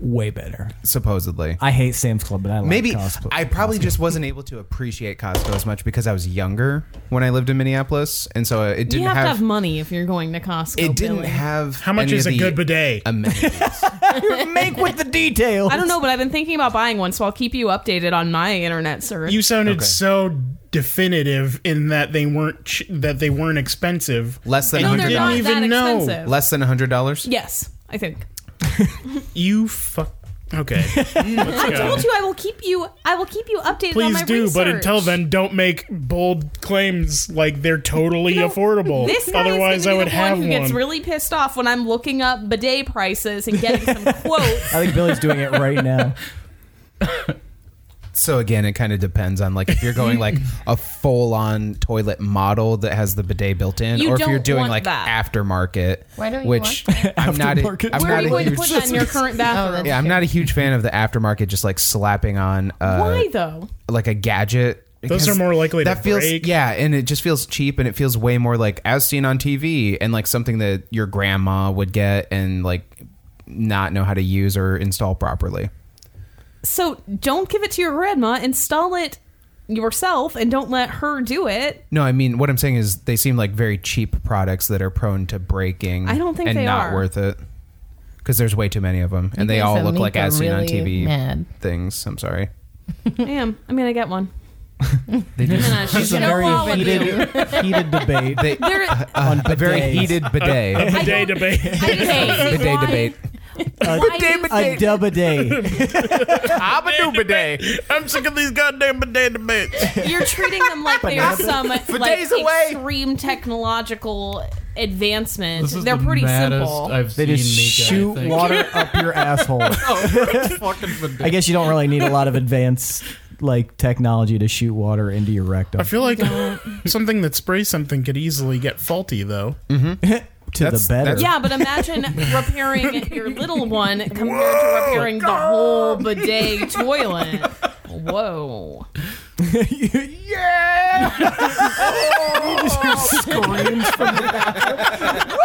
[SPEAKER 2] Way better.
[SPEAKER 6] supposedly.
[SPEAKER 2] I hate Sam's Club, but I like
[SPEAKER 6] Maybe
[SPEAKER 2] Costco.
[SPEAKER 6] I probably just wasn't able to appreciate Costco as much because I was younger when I lived in Minneapolis, and so it didn't
[SPEAKER 4] you have, to have money if you're going to Costco.
[SPEAKER 6] it didn't
[SPEAKER 4] Billy.
[SPEAKER 6] have
[SPEAKER 5] How much
[SPEAKER 6] any
[SPEAKER 5] is
[SPEAKER 6] of
[SPEAKER 5] a
[SPEAKER 6] the um,
[SPEAKER 5] good bidet?
[SPEAKER 6] amenities.
[SPEAKER 2] make with the details.
[SPEAKER 4] I don't know, but I've been thinking about buying one, so I'll keep you updated on my internet search.
[SPEAKER 5] You sounded
[SPEAKER 6] Okay.
[SPEAKER 5] so definitive in that they weren't ch- that they weren't expensive.
[SPEAKER 6] Less than
[SPEAKER 4] no,
[SPEAKER 5] And you
[SPEAKER 4] they're
[SPEAKER 6] $100.
[SPEAKER 4] not
[SPEAKER 5] didn't
[SPEAKER 4] that
[SPEAKER 5] even know.
[SPEAKER 4] expensive.
[SPEAKER 6] Less than hundred dollars.
[SPEAKER 4] Yes, I think.
[SPEAKER 5] You fuck. Okay. Let's
[SPEAKER 4] I
[SPEAKER 5] go.
[SPEAKER 4] told you I will keep you. I will keep you updated. on
[SPEAKER 5] Please
[SPEAKER 4] my
[SPEAKER 5] do, but until
[SPEAKER 4] research.
[SPEAKER 5] then, don't make bold claims like they're totally
[SPEAKER 4] You know,
[SPEAKER 5] affordable.
[SPEAKER 4] This guy
[SPEAKER 5] Otherwise,
[SPEAKER 4] is gonna
[SPEAKER 5] I would
[SPEAKER 4] be the
[SPEAKER 5] have
[SPEAKER 4] one who
[SPEAKER 5] one.
[SPEAKER 4] gets really pissed off when I'm looking up bidet prices and getting some quotes.
[SPEAKER 2] I think Billy's doing it right now.
[SPEAKER 6] So again, it kind of depends on like if you're going like a full on toilet model that has the bidet built in,
[SPEAKER 4] You
[SPEAKER 6] or if you're
[SPEAKER 4] don't
[SPEAKER 6] doing
[SPEAKER 4] want
[SPEAKER 6] like
[SPEAKER 4] that.
[SPEAKER 6] aftermarket.
[SPEAKER 7] Why don't you
[SPEAKER 6] which
[SPEAKER 7] want
[SPEAKER 6] I'm not. A,
[SPEAKER 2] Aftermarket.
[SPEAKER 6] I'm
[SPEAKER 4] Where
[SPEAKER 6] not
[SPEAKER 4] you
[SPEAKER 6] a
[SPEAKER 4] would
[SPEAKER 6] huge.
[SPEAKER 4] put it on your current bathroom.
[SPEAKER 6] yeah, I'm not a huge fan of the aftermarket, just like slapping on uh,
[SPEAKER 4] Why though?
[SPEAKER 6] like a gadget.
[SPEAKER 5] Those
[SPEAKER 6] because
[SPEAKER 5] are more likely to
[SPEAKER 6] that feels
[SPEAKER 5] break.
[SPEAKER 6] yeah, and it just feels cheap, and it feels way more like as seen on TV, and like something that your grandma would get and like not know how to use or install properly.
[SPEAKER 4] So don't give it to your grandma. Install it yourself, and don't let her do it.
[SPEAKER 6] No, I mean what I'm saying is they seem like very cheap products that are prone to breaking.
[SPEAKER 4] I don't think
[SPEAKER 6] and
[SPEAKER 4] they
[SPEAKER 6] not
[SPEAKER 4] are.
[SPEAKER 6] worth it because there's way too many of them, and they
[SPEAKER 7] guys
[SPEAKER 6] all
[SPEAKER 7] have
[SPEAKER 6] look
[SPEAKER 7] me
[SPEAKER 6] like
[SPEAKER 7] for
[SPEAKER 6] as seen on
[SPEAKER 7] really
[SPEAKER 6] TV
[SPEAKER 7] mad.
[SPEAKER 6] things. I'm sorry.
[SPEAKER 4] I am. I'm gonna get one.
[SPEAKER 6] They do.
[SPEAKER 2] This is a very heated, heated debate
[SPEAKER 6] They,
[SPEAKER 4] There,
[SPEAKER 2] on
[SPEAKER 6] a very
[SPEAKER 2] bidets.
[SPEAKER 6] heated bidet.
[SPEAKER 5] Bidet debate.
[SPEAKER 4] I just don't see
[SPEAKER 6] bidet
[SPEAKER 4] why-
[SPEAKER 6] debate.
[SPEAKER 4] why do-
[SPEAKER 2] A dub a day.
[SPEAKER 6] I'm a new bidet.
[SPEAKER 5] I'm sick of these goddamn bidet debates.
[SPEAKER 4] You're treating them like they are some like
[SPEAKER 6] days away.
[SPEAKER 4] extreme technolocal advancement.
[SPEAKER 3] This is
[SPEAKER 4] They're
[SPEAKER 3] the
[SPEAKER 4] pretty
[SPEAKER 3] maddest
[SPEAKER 4] simple.
[SPEAKER 3] I've
[SPEAKER 2] They just
[SPEAKER 3] seen
[SPEAKER 2] shoot
[SPEAKER 3] Mika, I think.
[SPEAKER 2] water up your asshole. I guess you don't really need a lot of advanced like technology to shoot water into your
[SPEAKER 5] I
[SPEAKER 2] rectum
[SPEAKER 5] feel like something that sprays something could easily get faulty, though.
[SPEAKER 2] to the
[SPEAKER 6] that's-
[SPEAKER 2] better.
[SPEAKER 4] Yeah, but imagine repairing your little one compared to repairing the whole bidet toilet. Whoa. Mm.
[SPEAKER 2] Screams from the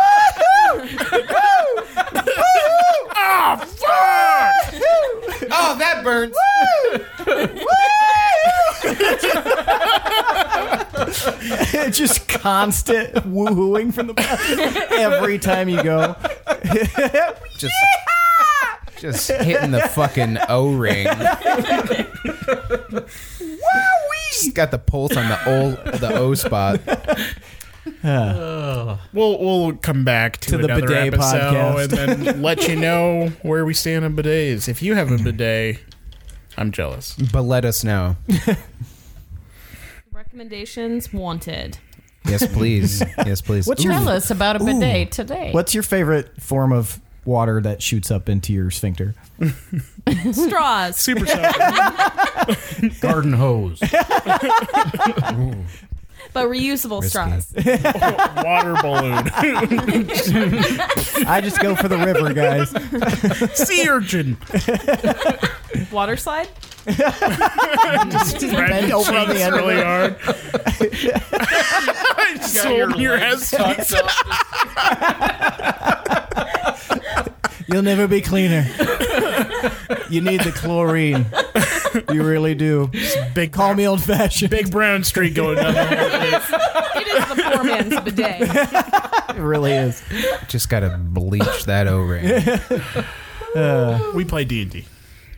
[SPEAKER 6] Oh, that burns.
[SPEAKER 2] It's just constant woohooing from the back every time you go.
[SPEAKER 6] Just, just hitting the fucking O ring. Got the pulse on the old the O spot.
[SPEAKER 5] We'll we'll come back to,
[SPEAKER 2] To the
[SPEAKER 5] another
[SPEAKER 2] bidet
[SPEAKER 5] episode
[SPEAKER 2] podcast.
[SPEAKER 5] and then let you know where we stand on bidets. If you have a bidet, I'm jealous.
[SPEAKER 6] But let us know.
[SPEAKER 4] Recommendations wanted.
[SPEAKER 6] Yes, please. yes, please.
[SPEAKER 2] What's your-
[SPEAKER 7] Tell us about a bidet today.
[SPEAKER 2] What's your favorite form of water that shoots up into your sphincter?
[SPEAKER 4] Straws.
[SPEAKER 5] Super soft.
[SPEAKER 3] Garden hose.
[SPEAKER 4] but reusable straws.
[SPEAKER 5] water balloon.
[SPEAKER 2] I just go for the river, guys.
[SPEAKER 5] sea urchin.
[SPEAKER 4] Water slide?
[SPEAKER 5] Just bend
[SPEAKER 2] over on the end of
[SPEAKER 5] really hard. Just holding your head stuck.
[SPEAKER 2] You'll never be cleaner. You need the chlorine. You really do.
[SPEAKER 5] Big
[SPEAKER 2] Call me old fashioned.
[SPEAKER 5] Big brown streak going down the
[SPEAKER 4] It is the poor man's bidet.
[SPEAKER 2] It really is.
[SPEAKER 6] Just gotta bleach that over.
[SPEAKER 5] hallway. We play D and D.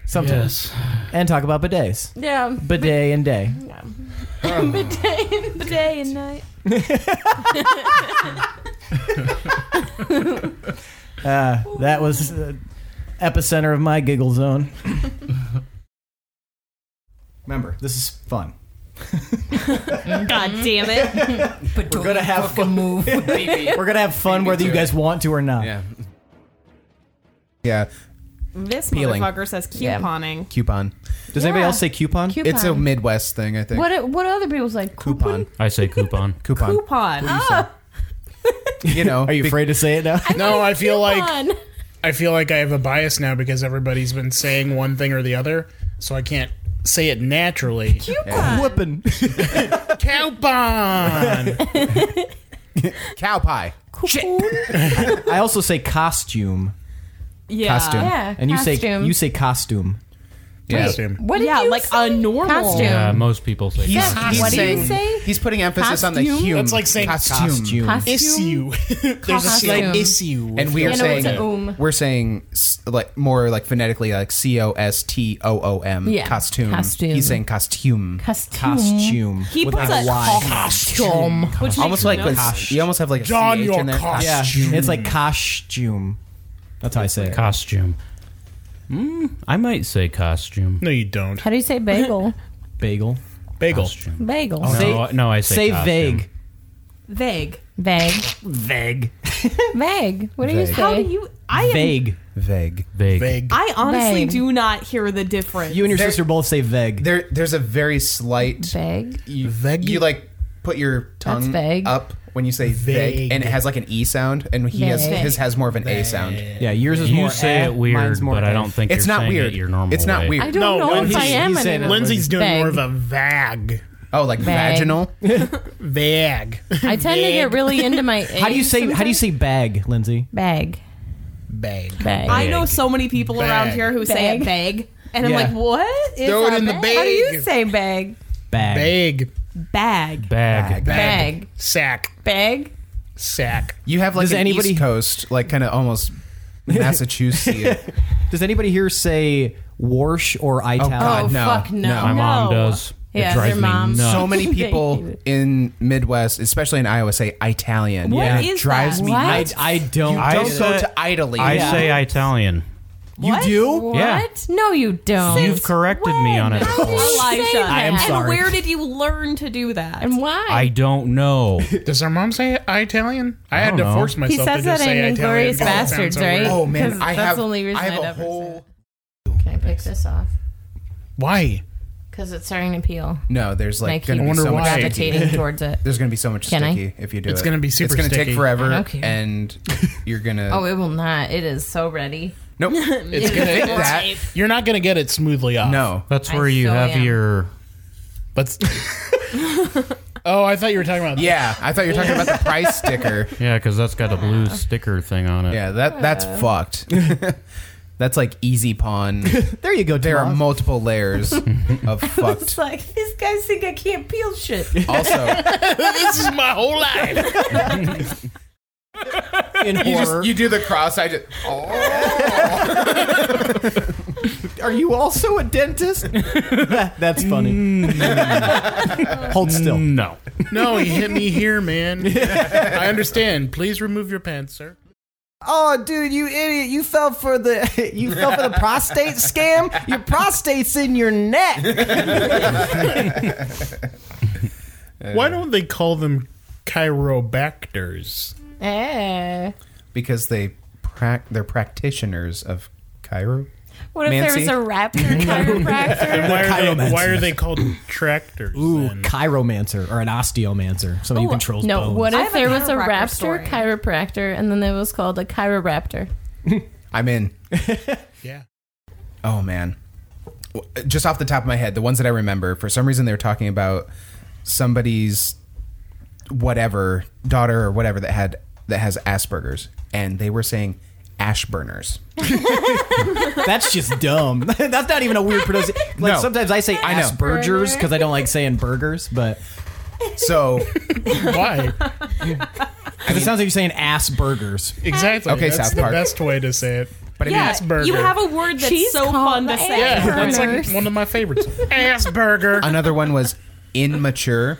[SPEAKER 2] Sometimes. And talk about bidets.
[SPEAKER 7] yeah.
[SPEAKER 2] Bidet and day.
[SPEAKER 6] Oh.
[SPEAKER 7] bidet.
[SPEAKER 4] bidet and night.
[SPEAKER 2] Uh, that was the epicenter of my giggle zone.
[SPEAKER 9] Remember, this is fun.
[SPEAKER 4] God damn it.
[SPEAKER 2] We're gonna have fun. Move, We're gonna have fun whether you guys want to or not.
[SPEAKER 6] Yeah. Yeah.
[SPEAKER 4] This
[SPEAKER 6] Peeling.
[SPEAKER 4] motherfucker says couponing.
[SPEAKER 6] Coupon.
[SPEAKER 2] Does anybody
[SPEAKER 7] Yeah.
[SPEAKER 2] else say coupon?
[SPEAKER 7] Coupon.
[SPEAKER 6] It's a Midwest thing, I think.
[SPEAKER 7] what? What other people like?
[SPEAKER 6] Coupon.
[SPEAKER 3] I say coupon.
[SPEAKER 6] Coupon.
[SPEAKER 4] Coupon.
[SPEAKER 6] You know.
[SPEAKER 2] Are you
[SPEAKER 6] be-
[SPEAKER 2] afraid to say it now?
[SPEAKER 5] No, I feel like
[SPEAKER 7] Coupon.
[SPEAKER 5] I feel like I have a bias now because everybody's been saying one thing or the other, so I can't say it naturally.
[SPEAKER 2] Whooping.
[SPEAKER 5] Coupon.
[SPEAKER 6] Cow pie.
[SPEAKER 2] I also say costume,
[SPEAKER 4] Ah, Yeah.
[SPEAKER 6] Costume.
[SPEAKER 7] Yeah.
[SPEAKER 2] and you
[SPEAKER 7] costume.
[SPEAKER 2] say you say costume.
[SPEAKER 6] Yeah.
[SPEAKER 5] Costume.
[SPEAKER 7] What did
[SPEAKER 4] yeah,
[SPEAKER 7] you
[SPEAKER 4] like
[SPEAKER 7] say?
[SPEAKER 4] a normal.
[SPEAKER 7] Costume.
[SPEAKER 3] Yeah, most people say
[SPEAKER 6] He's,
[SPEAKER 3] coupon.
[SPEAKER 6] he's
[SPEAKER 7] What do you
[SPEAKER 6] saying-
[SPEAKER 7] say?
[SPEAKER 6] He's putting emphasis on the
[SPEAKER 7] Costume?
[SPEAKER 6] hume.
[SPEAKER 5] That's like saying
[SPEAKER 6] costume.
[SPEAKER 7] Costume.
[SPEAKER 5] Issue. There's a
[SPEAKER 7] Costume.
[SPEAKER 5] slight issue.
[SPEAKER 6] And we are
[SPEAKER 7] You know, it's
[SPEAKER 6] saying
[SPEAKER 7] a oom.
[SPEAKER 6] we're saying s- like more like phonetically like C O S T O O M
[SPEAKER 7] Yeah.
[SPEAKER 6] costume.
[SPEAKER 7] Costume.
[SPEAKER 6] He's saying costume.
[SPEAKER 7] Costume.
[SPEAKER 2] Costume.
[SPEAKER 4] He
[SPEAKER 2] with
[SPEAKER 4] puts
[SPEAKER 2] like
[SPEAKER 4] a
[SPEAKER 2] Y.
[SPEAKER 4] costume. Which
[SPEAKER 6] Almost
[SPEAKER 4] makes
[SPEAKER 6] like
[SPEAKER 4] no
[SPEAKER 6] when
[SPEAKER 4] sense.
[SPEAKER 6] you almost have like a
[SPEAKER 5] Don,
[SPEAKER 6] CH
[SPEAKER 5] your
[SPEAKER 6] in there.
[SPEAKER 5] costume.
[SPEAKER 2] Yeah, it's like costume. That's how I say it.
[SPEAKER 3] Costume. Mm, I might say costume.
[SPEAKER 5] No, you don't.
[SPEAKER 7] How do you say bagel?
[SPEAKER 2] Bagel.
[SPEAKER 5] Bagel.
[SPEAKER 3] Costume.
[SPEAKER 7] bagel.
[SPEAKER 3] No,
[SPEAKER 2] Say-
[SPEAKER 3] no, I say
[SPEAKER 2] Say
[SPEAKER 3] costume.
[SPEAKER 2] vague.
[SPEAKER 4] Vague.
[SPEAKER 7] Vague.
[SPEAKER 2] Vague.
[SPEAKER 7] Vague. What do you
[SPEAKER 6] Vague.
[SPEAKER 7] say?
[SPEAKER 4] How do you? I am.
[SPEAKER 2] Vague.
[SPEAKER 6] vague.
[SPEAKER 3] Vague.
[SPEAKER 5] Vague.
[SPEAKER 4] I honestly
[SPEAKER 7] Vague.
[SPEAKER 4] do not hear the difference.
[SPEAKER 2] You and your
[SPEAKER 6] There-
[SPEAKER 2] sister both say vague.
[SPEAKER 6] There, there's a very slight
[SPEAKER 7] Vague.
[SPEAKER 6] you, you like put your tongue
[SPEAKER 7] vague.
[SPEAKER 6] up when you say vague,
[SPEAKER 5] Vague.
[SPEAKER 6] and it has like an e sound, and he has
[SPEAKER 7] Vague.
[SPEAKER 6] his has more of an a sound.
[SPEAKER 2] Yeah, yours is
[SPEAKER 3] You
[SPEAKER 2] more.
[SPEAKER 3] say
[SPEAKER 2] eh,
[SPEAKER 3] it weird,
[SPEAKER 2] mine's more
[SPEAKER 3] but I
[SPEAKER 2] eh.
[SPEAKER 3] don't think
[SPEAKER 6] It's
[SPEAKER 3] you're
[SPEAKER 6] not
[SPEAKER 3] saying
[SPEAKER 6] weird.
[SPEAKER 3] It your normal.
[SPEAKER 6] It's not
[SPEAKER 3] way.
[SPEAKER 7] I
[SPEAKER 6] weird.
[SPEAKER 5] No,
[SPEAKER 7] don't know if
[SPEAKER 5] he's-
[SPEAKER 7] I am
[SPEAKER 2] he's saying
[SPEAKER 7] anymore.
[SPEAKER 5] Lindsay's doing
[SPEAKER 7] Vague.
[SPEAKER 5] more of a vag.
[SPEAKER 6] Oh, like
[SPEAKER 7] Vague.
[SPEAKER 6] vaginal.
[SPEAKER 5] Vag.
[SPEAKER 7] I tend to get really into my.
[SPEAKER 2] How do you say? How do you say bag, Lindsay?
[SPEAKER 7] bag?
[SPEAKER 5] Bag.
[SPEAKER 7] Bag.
[SPEAKER 4] I know so many people around
[SPEAKER 5] Bag.
[SPEAKER 4] here who say it vague, and I'm
[SPEAKER 2] Yeah.
[SPEAKER 4] like, what? Is
[SPEAKER 5] Throw it
[SPEAKER 4] a
[SPEAKER 5] in the
[SPEAKER 4] bag?
[SPEAKER 7] How do you
[SPEAKER 5] Bag.
[SPEAKER 7] say bag?
[SPEAKER 2] Bag.
[SPEAKER 5] Bag.
[SPEAKER 4] Bag.
[SPEAKER 3] Bag.
[SPEAKER 7] Bag.
[SPEAKER 5] Sack.
[SPEAKER 7] Bag.
[SPEAKER 5] Sack.
[SPEAKER 6] You have like
[SPEAKER 2] Does
[SPEAKER 6] an
[SPEAKER 2] anybody-
[SPEAKER 6] East Coast, like kind of almost Massachusetts.
[SPEAKER 2] Does anybody here say warsh or ital?
[SPEAKER 6] God.
[SPEAKER 7] oh
[SPEAKER 6] no,
[SPEAKER 7] fuck no.
[SPEAKER 6] no.
[SPEAKER 3] My mom
[SPEAKER 4] No.
[SPEAKER 3] does. It
[SPEAKER 7] Yeah,
[SPEAKER 3] drives
[SPEAKER 7] their mom.
[SPEAKER 3] Me nuts.
[SPEAKER 6] so many
[SPEAKER 7] They
[SPEAKER 6] people
[SPEAKER 7] hate it.
[SPEAKER 6] in Midwest, especially in Iowa, say Italian.
[SPEAKER 4] What
[SPEAKER 2] Yeah,
[SPEAKER 4] is
[SPEAKER 6] drives
[SPEAKER 4] that?
[SPEAKER 6] me
[SPEAKER 7] What?
[SPEAKER 2] I, I don't.
[SPEAKER 3] I
[SPEAKER 6] Don't
[SPEAKER 3] say-
[SPEAKER 6] go to Italy.
[SPEAKER 3] I say Italian.
[SPEAKER 2] you do?
[SPEAKER 7] What?
[SPEAKER 3] Yeah.
[SPEAKER 7] No, you don't.
[SPEAKER 3] You've corrected me on it.
[SPEAKER 7] How do
[SPEAKER 3] before.
[SPEAKER 7] you say
[SPEAKER 4] Elijah,
[SPEAKER 7] that?
[SPEAKER 2] I am
[SPEAKER 4] and
[SPEAKER 2] sorry.
[SPEAKER 4] where did you learn to do that?
[SPEAKER 7] And why?
[SPEAKER 3] I don't know.
[SPEAKER 5] Does our mom say Italian? I, had
[SPEAKER 3] don't
[SPEAKER 5] to
[SPEAKER 3] know.
[SPEAKER 5] force
[SPEAKER 7] he
[SPEAKER 5] myself to
[SPEAKER 7] says that
[SPEAKER 5] just say
[SPEAKER 7] in
[SPEAKER 5] Italian.
[SPEAKER 7] Inglorious
[SPEAKER 5] because it sounds
[SPEAKER 7] Bastards,
[SPEAKER 5] so weird.
[SPEAKER 7] right?
[SPEAKER 6] Oh man,
[SPEAKER 7] 'Cause
[SPEAKER 6] I
[SPEAKER 7] that's
[SPEAKER 6] have.
[SPEAKER 7] the only reason
[SPEAKER 6] I have
[SPEAKER 7] I'd
[SPEAKER 6] a
[SPEAKER 7] ever
[SPEAKER 6] whole.
[SPEAKER 7] Can I pick this off?
[SPEAKER 5] Why?
[SPEAKER 7] Because it's starting to peel.
[SPEAKER 6] No, there's
[SPEAKER 7] I
[SPEAKER 6] like
[SPEAKER 7] keep
[SPEAKER 6] going to be
[SPEAKER 5] wonder
[SPEAKER 6] so much
[SPEAKER 5] why.
[SPEAKER 6] sticky.
[SPEAKER 7] gravitating towards it.
[SPEAKER 6] There's going to be so much
[SPEAKER 7] Can I?
[SPEAKER 6] sticky if you do
[SPEAKER 5] It's
[SPEAKER 6] it.
[SPEAKER 5] gonna be super
[SPEAKER 6] It's gonna
[SPEAKER 5] sticky.
[SPEAKER 6] take forever,
[SPEAKER 7] Okay.
[SPEAKER 6] and you're gonna.
[SPEAKER 7] Oh, it will not. It is so ready.
[SPEAKER 6] nope. It's gonna hit that.
[SPEAKER 5] You're not gonna get it smoothly off.
[SPEAKER 6] No,
[SPEAKER 3] That's
[SPEAKER 7] I
[SPEAKER 3] where you
[SPEAKER 7] so
[SPEAKER 3] have
[SPEAKER 7] am.
[SPEAKER 3] your.
[SPEAKER 5] But Oh, I thought you were talking about
[SPEAKER 6] yeah. I thought you were talking about the price sticker.
[SPEAKER 3] Yeah, because that's got a blue sticker thing on it.
[SPEAKER 6] Yeah, that that's
[SPEAKER 7] Uh.
[SPEAKER 6] fucked. that's like easy pawn.
[SPEAKER 2] There you go,
[SPEAKER 6] There are
[SPEAKER 2] Tom.
[SPEAKER 6] multiple layers of fucked.
[SPEAKER 7] like, these guys think I can't peel shit.
[SPEAKER 6] Also,
[SPEAKER 5] this is my whole life.
[SPEAKER 2] in
[SPEAKER 6] you
[SPEAKER 2] horror.
[SPEAKER 6] just you do the cross. I just. Oh.
[SPEAKER 2] Are you also a dentist? That's funny. Hold still.
[SPEAKER 3] No.
[SPEAKER 5] No, he hit me here, man. I understand. Please remove your pants, sir.
[SPEAKER 2] Oh, dude, you idiot! You fell for the you fell for the prostate scam. Your prostate's in your neck.
[SPEAKER 5] Why don't they call them chiropractors?
[SPEAKER 7] Eh.
[SPEAKER 6] because they prac they're practitioners of Cairo.
[SPEAKER 7] What if there was a
[SPEAKER 6] Mancy?
[SPEAKER 7] raptor chiropractor?
[SPEAKER 5] Why are, they, why are
[SPEAKER 2] chiromancers.
[SPEAKER 5] they called tractors?
[SPEAKER 2] Ooh,
[SPEAKER 5] then?
[SPEAKER 2] chiromancer or an osteomancer, somebody who
[SPEAKER 7] Ooh,
[SPEAKER 2] controls
[SPEAKER 7] no,
[SPEAKER 2] bones.
[SPEAKER 7] what
[SPEAKER 4] I
[SPEAKER 7] if
[SPEAKER 4] have a
[SPEAKER 7] there was a
[SPEAKER 4] chiropractor
[SPEAKER 7] raptor
[SPEAKER 4] story.
[SPEAKER 7] chiropractor and then it was called a chiroraptor?
[SPEAKER 6] I'm in.
[SPEAKER 5] yeah.
[SPEAKER 6] Oh man. W- Just off the top of my head, the ones that I remember, for some reason they were talking about somebody's whatever daughter or whatever that had that has Asperger's, and they were saying ash burners.
[SPEAKER 2] That's just dumb. That's not even a weird pronunciation. Like
[SPEAKER 6] No.
[SPEAKER 2] sometimes I say
[SPEAKER 6] I know.
[SPEAKER 2] Asperger's because I don't like saying burgers, but
[SPEAKER 6] So
[SPEAKER 5] Why?
[SPEAKER 2] because it sounds like you're saying ass burgers.
[SPEAKER 5] Exactly.
[SPEAKER 6] Okay,
[SPEAKER 5] that's
[SPEAKER 6] South
[SPEAKER 5] the
[SPEAKER 6] Park.
[SPEAKER 5] best way to say it.
[SPEAKER 6] But I mean-
[SPEAKER 4] yeah,
[SPEAKER 5] ass burger.
[SPEAKER 4] you have a word that's
[SPEAKER 7] She's
[SPEAKER 4] so
[SPEAKER 7] called
[SPEAKER 4] fun to
[SPEAKER 7] the
[SPEAKER 4] say.
[SPEAKER 5] yeah, that's like
[SPEAKER 7] Burners.
[SPEAKER 5] one of my favorites. Ass burger.
[SPEAKER 6] another one was immature.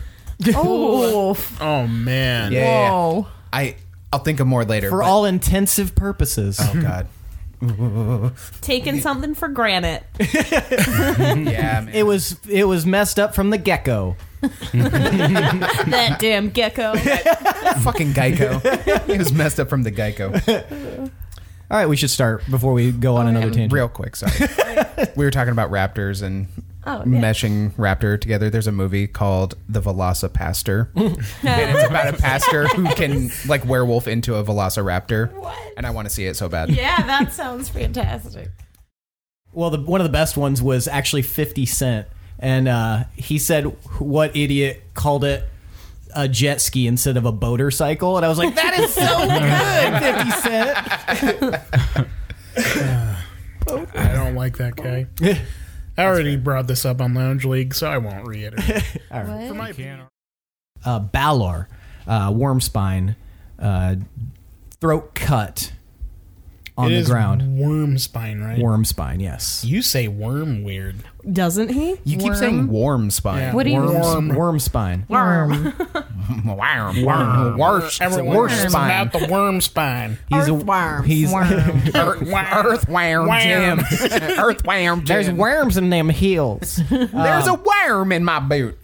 [SPEAKER 7] Oh,
[SPEAKER 5] Oh man.
[SPEAKER 6] Yeah, yeah, yeah.
[SPEAKER 7] whoa.
[SPEAKER 6] I I'll think of more later.
[SPEAKER 2] For
[SPEAKER 6] but-
[SPEAKER 2] all intensive purposes.
[SPEAKER 6] Oh god.
[SPEAKER 4] Taking something for granted.
[SPEAKER 6] Yeah, man.
[SPEAKER 2] It was it was messed up from the get go.
[SPEAKER 4] that damn gecko.
[SPEAKER 6] fucking Geico. it was messed up from the Geico.
[SPEAKER 2] All right, we should start before we go on another tangent.
[SPEAKER 6] Real quick, sorry. we were talking about raptors and
[SPEAKER 7] Oh, yeah.
[SPEAKER 6] meshing raptor together. There's a movie called The Velocipaster. and it's about a pastor who can like werewolf into a velociraptor.
[SPEAKER 7] What?
[SPEAKER 6] And I want to see it so bad.
[SPEAKER 7] Yeah, that sounds fantastic.
[SPEAKER 2] Well, the, one of the best ones was actually 50 Cent. And uh, he said, What idiot called it a jet ski instead of a boater cycle? And I was like, That is so good, 50 Cent.
[SPEAKER 5] I don't like that guy. I already brought this up on Lounge League, so I won't reiterate. it. For my opinion.
[SPEAKER 2] Uh, Balor, uh, worm spine, uh, throat cut on
[SPEAKER 5] It
[SPEAKER 2] the
[SPEAKER 5] is
[SPEAKER 2] ground.
[SPEAKER 5] Worm spine, right?
[SPEAKER 2] Worm spine, yes.
[SPEAKER 5] You say worm weird.
[SPEAKER 4] Doesn't he?
[SPEAKER 6] You keep saying warm spine.
[SPEAKER 7] What do you-
[SPEAKER 5] worm?
[SPEAKER 2] Worm spine.
[SPEAKER 4] Worm.
[SPEAKER 6] Warm, warm, worse.
[SPEAKER 5] Everyone
[SPEAKER 6] Worse
[SPEAKER 5] knows
[SPEAKER 6] spine.
[SPEAKER 5] about the worm spine.
[SPEAKER 2] He's a
[SPEAKER 4] Earthworm.
[SPEAKER 2] He's
[SPEAKER 6] Earthworm
[SPEAKER 5] Worm.
[SPEAKER 6] Jim. Earthworm Jim.
[SPEAKER 2] there's worms in them heels.
[SPEAKER 6] There's
[SPEAKER 5] um,
[SPEAKER 6] a worm in my boot.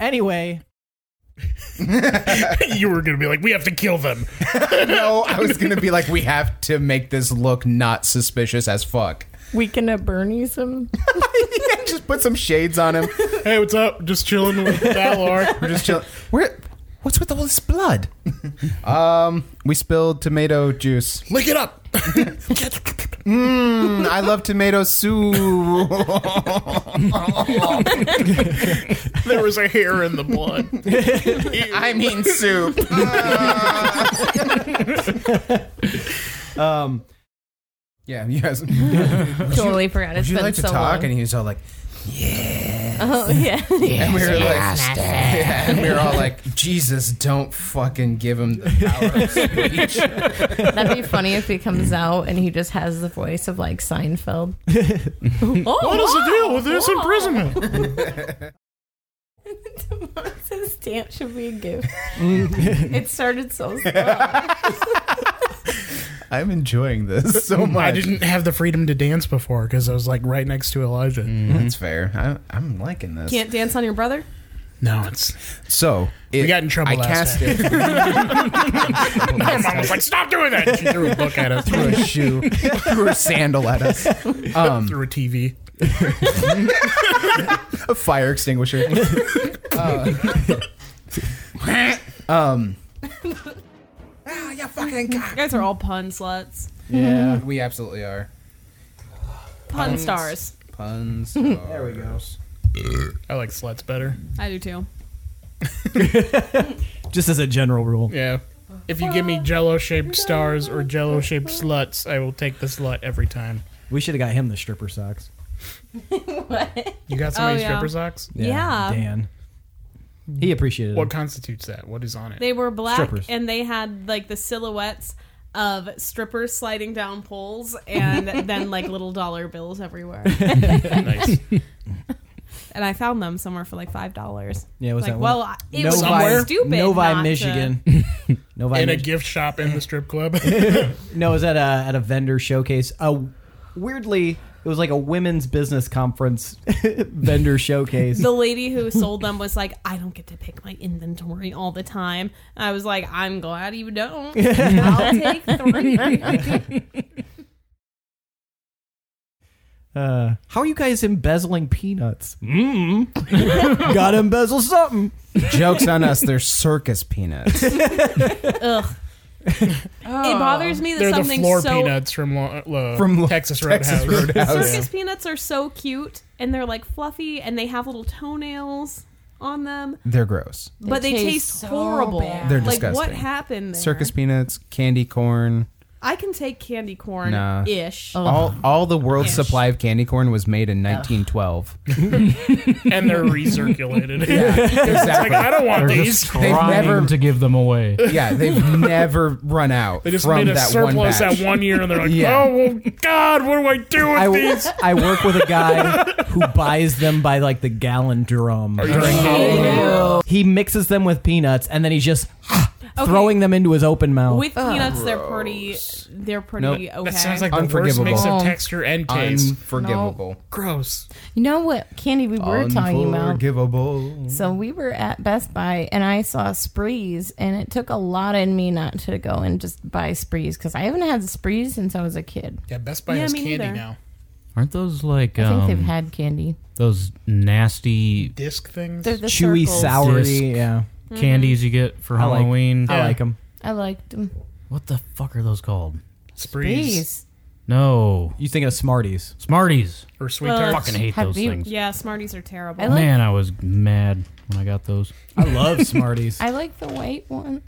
[SPEAKER 2] anyway,
[SPEAKER 5] you were gonna be like, we have to kill them.
[SPEAKER 6] no, I was gonna be like, we have to make this look not suspicious as fuck.
[SPEAKER 7] We can Bernie's him.
[SPEAKER 6] Just put some shades on him.
[SPEAKER 5] Hey, what's up? Just chilling with Valor.
[SPEAKER 6] We're just chilling. We're, what's with all this blood? um, we spilled tomato juice.
[SPEAKER 5] Lick it up.
[SPEAKER 6] Mm, I love tomato soup.
[SPEAKER 5] there was a hair in the blood.
[SPEAKER 6] I mean soup.
[SPEAKER 2] um,
[SPEAKER 6] yeah, yes. Would
[SPEAKER 7] totally forgot. It's
[SPEAKER 6] you
[SPEAKER 7] been
[SPEAKER 6] like to
[SPEAKER 7] so
[SPEAKER 6] talk?
[SPEAKER 7] long.
[SPEAKER 6] And he was all like,
[SPEAKER 7] oh yeah. yeah.
[SPEAKER 6] and we were like, yeah, and we were all like, Jesus, don't fucking give him the power of speech.
[SPEAKER 7] That'd be funny if he comes out and he just has the voice of like Seinfeld.
[SPEAKER 5] What is the deal with this imprisonment?
[SPEAKER 7] This dance should be a gift. it started so slow.
[SPEAKER 6] I'm enjoying this so much.
[SPEAKER 5] I didn't have the freedom to dance before because I was like right next to Elijah. Mhm.
[SPEAKER 6] That's fair. I, I'm liking this.
[SPEAKER 4] Can't dance on your brother?
[SPEAKER 5] No, it's.
[SPEAKER 6] So it,
[SPEAKER 5] got in trouble
[SPEAKER 6] I
[SPEAKER 5] last
[SPEAKER 6] cast
[SPEAKER 5] time.
[SPEAKER 6] it
[SPEAKER 5] My mom was like, stop doing that. She threw a book at us.
[SPEAKER 6] through a shoe, through a sandal at us,
[SPEAKER 5] through a TV.
[SPEAKER 6] a fire extinguisher. Uh, um, ah, you fucking
[SPEAKER 4] You guys are all pun sluts.
[SPEAKER 6] yeah, we absolutely are
[SPEAKER 4] Pun stars.
[SPEAKER 6] puns. there we go.
[SPEAKER 5] I like sluts better.
[SPEAKER 4] I do too.
[SPEAKER 2] just as a general rule.
[SPEAKER 5] Yeah. If you give me jello shaped stars or jello shaped sluts, I will take the slut every time.
[SPEAKER 2] We should have got him the stripper socks.
[SPEAKER 5] You got somebody's
[SPEAKER 4] Oh, yeah.
[SPEAKER 5] stripper socks?
[SPEAKER 4] Yeah.
[SPEAKER 2] Dan. He appreciated
[SPEAKER 5] What
[SPEAKER 2] it.
[SPEAKER 5] constitutes that? What is on it?
[SPEAKER 4] They were black
[SPEAKER 2] Strippers.
[SPEAKER 4] and they had like the silhouettes of strippers sliding down poles and then like little dollar bills everywhere.
[SPEAKER 5] nice.
[SPEAKER 4] And I found them somewhere for like five dollars.
[SPEAKER 2] Yeah, was
[SPEAKER 4] like,
[SPEAKER 2] that
[SPEAKER 4] well,
[SPEAKER 2] one?
[SPEAKER 4] I- it was stupid. not
[SPEAKER 2] Novi,
[SPEAKER 4] to-
[SPEAKER 2] Michigan. Novi,
[SPEAKER 5] In a
[SPEAKER 2] Mich-
[SPEAKER 5] gift shop in the strip club.
[SPEAKER 2] No, it was at a at a vendor showcase. Uh, weirdly, it was like a women's business conference vendor showcase.
[SPEAKER 4] the lady who sold them was like, I don't get to pick my inventory all the time. I was like, I'm glad you don't. I'll take three.
[SPEAKER 2] Uh, how are you guys embezzling peanuts? Mm.
[SPEAKER 5] Mm-hmm.
[SPEAKER 2] Gotta embezzle something.
[SPEAKER 6] Jokes on us. They're circus peanuts.
[SPEAKER 4] Ugh.
[SPEAKER 7] Oh.
[SPEAKER 4] It bothers me that
[SPEAKER 5] They're the
[SPEAKER 4] something
[SPEAKER 5] floor
[SPEAKER 4] so
[SPEAKER 5] peanuts from Lo- uh,
[SPEAKER 6] From Lo-
[SPEAKER 5] Texas Roadhouse.
[SPEAKER 6] Texas Roadhouse.
[SPEAKER 4] circus peanuts are so cute and they're like fluffy and they have little toenails on them,
[SPEAKER 6] They're gross.
[SPEAKER 4] but they
[SPEAKER 10] taste
[SPEAKER 4] taste
[SPEAKER 10] so
[SPEAKER 4] horrible.
[SPEAKER 10] bad.
[SPEAKER 6] They're
[SPEAKER 4] like what
[SPEAKER 6] disgusting.
[SPEAKER 4] happened there?
[SPEAKER 6] Circus peanuts, candy corn.
[SPEAKER 4] I can take candy corn
[SPEAKER 6] Nah.
[SPEAKER 4] ish.
[SPEAKER 10] Oh.
[SPEAKER 6] All, all the world's
[SPEAKER 4] Ish.
[SPEAKER 6] supply of candy corn was made in 1912.
[SPEAKER 5] and they're recirculated. Like,
[SPEAKER 6] exactly.
[SPEAKER 5] I don't want
[SPEAKER 3] They're
[SPEAKER 5] these.
[SPEAKER 3] just
[SPEAKER 6] They've
[SPEAKER 3] trying
[SPEAKER 6] never-
[SPEAKER 3] to give them away.
[SPEAKER 6] yeah, they've never run out
[SPEAKER 5] They just
[SPEAKER 6] from
[SPEAKER 5] made a
[SPEAKER 6] that
[SPEAKER 5] surplus
[SPEAKER 6] one
[SPEAKER 5] that
[SPEAKER 6] batch.
[SPEAKER 5] one year, and they're like,
[SPEAKER 6] Yeah.
[SPEAKER 5] "Oh well, God, what do I do with
[SPEAKER 2] I, w-
[SPEAKER 5] these?"
[SPEAKER 2] I work with a guy who buys them by like the gallon drum. He mixes them with peanuts and then he's just throwing them into his open mouth.
[SPEAKER 4] With peanuts, they're pretty. They're pretty okay.
[SPEAKER 5] That sounds like the worst
[SPEAKER 6] Unforgivable.
[SPEAKER 5] mix of
[SPEAKER 10] Oh.
[SPEAKER 5] texture and taste.
[SPEAKER 6] Unforgivable.
[SPEAKER 5] Gross.
[SPEAKER 10] You know what candy we were talking about?
[SPEAKER 6] Unforgivable.
[SPEAKER 10] So we were at Best Buy and I saw Sprees, and it took a lot in me not to go and just buy Sprees because I haven't had Sprees since I was a kid.
[SPEAKER 5] Yeah, Best Buy
[SPEAKER 4] Yeah,
[SPEAKER 5] has
[SPEAKER 4] me
[SPEAKER 5] candy
[SPEAKER 4] neither.
[SPEAKER 5] now.
[SPEAKER 3] Aren't those like
[SPEAKER 10] I think
[SPEAKER 3] um,
[SPEAKER 10] they've had candy.
[SPEAKER 3] those nasty
[SPEAKER 5] Disc things.
[SPEAKER 10] They're the
[SPEAKER 2] Chewy,
[SPEAKER 10] circles.
[SPEAKER 2] soury.
[SPEAKER 3] Disc.
[SPEAKER 2] Yeah,
[SPEAKER 3] candies you get for
[SPEAKER 2] I like-
[SPEAKER 3] Halloween?
[SPEAKER 2] I like them.
[SPEAKER 10] I liked them.
[SPEAKER 3] What the fuck are those called?
[SPEAKER 5] Sprees
[SPEAKER 10] Sprees.
[SPEAKER 3] No,
[SPEAKER 2] You thinking of Smarties?
[SPEAKER 3] Smarties.
[SPEAKER 5] or sweet
[SPEAKER 4] Well,
[SPEAKER 5] tarts.
[SPEAKER 3] Fucking hate
[SPEAKER 10] Have
[SPEAKER 3] those
[SPEAKER 10] you-
[SPEAKER 3] things.
[SPEAKER 4] yeah, Smarties are terrible.
[SPEAKER 10] I like-
[SPEAKER 3] Man, I was mad when I got those.
[SPEAKER 2] I love Smarties.
[SPEAKER 10] I like the white one.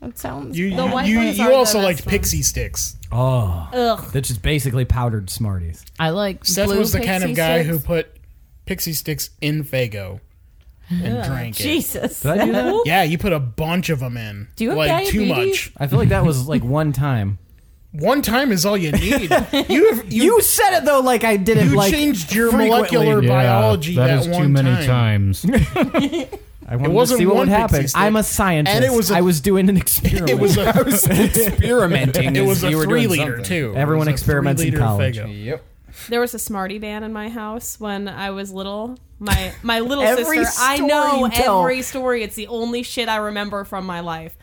[SPEAKER 10] That sounds.
[SPEAKER 5] You,
[SPEAKER 4] The white
[SPEAKER 5] you,
[SPEAKER 4] ones
[SPEAKER 5] you
[SPEAKER 4] are the
[SPEAKER 5] also
[SPEAKER 4] best
[SPEAKER 5] like
[SPEAKER 4] ones.
[SPEAKER 5] pixie sticks.
[SPEAKER 2] oh,
[SPEAKER 4] Ugh.
[SPEAKER 2] that's just basically powdered Smarties.
[SPEAKER 10] I like.
[SPEAKER 5] Seth
[SPEAKER 10] blue
[SPEAKER 5] was the kind of
[SPEAKER 10] pixie
[SPEAKER 5] guy
[SPEAKER 10] sticks.
[SPEAKER 5] who put pixie sticks in Fago and drank it.
[SPEAKER 10] Jesus.
[SPEAKER 2] Did I do that?
[SPEAKER 5] Yeah, you put a bunch of them in.
[SPEAKER 10] Do you have
[SPEAKER 5] like too
[SPEAKER 10] diabetes?
[SPEAKER 5] much.
[SPEAKER 2] I feel like that was like one time.
[SPEAKER 5] One time is all you need. you have you,
[SPEAKER 2] You said it though, like I did it.
[SPEAKER 5] you
[SPEAKER 2] like
[SPEAKER 5] changed your
[SPEAKER 2] frequently.
[SPEAKER 5] molecular
[SPEAKER 3] Yeah,
[SPEAKER 5] biology that,
[SPEAKER 3] that is
[SPEAKER 5] one
[SPEAKER 3] too many
[SPEAKER 5] time.
[SPEAKER 3] times.
[SPEAKER 2] I wanted
[SPEAKER 5] wasn't
[SPEAKER 2] to see what
[SPEAKER 5] one
[SPEAKER 2] would happen.
[SPEAKER 5] pixie stick.
[SPEAKER 2] I'm a scientist.
[SPEAKER 5] And it was a-
[SPEAKER 2] I was doing an experiment.
[SPEAKER 5] It was a
[SPEAKER 6] Experimenting.
[SPEAKER 5] it
[SPEAKER 6] as
[SPEAKER 5] was a
[SPEAKER 6] you were doing
[SPEAKER 5] three liter
[SPEAKER 6] something.
[SPEAKER 5] too.
[SPEAKER 2] Everyone
[SPEAKER 5] It was a
[SPEAKER 2] experiments in
[SPEAKER 5] three-liter
[SPEAKER 2] college.
[SPEAKER 5] Faygo.
[SPEAKER 6] Yep.
[SPEAKER 4] There was a Smartie ban in my house when I was little. My my little
[SPEAKER 2] Every
[SPEAKER 4] sister. I
[SPEAKER 2] story
[SPEAKER 4] know
[SPEAKER 2] you tell.
[SPEAKER 4] every story. It's the only shit I remember from my life.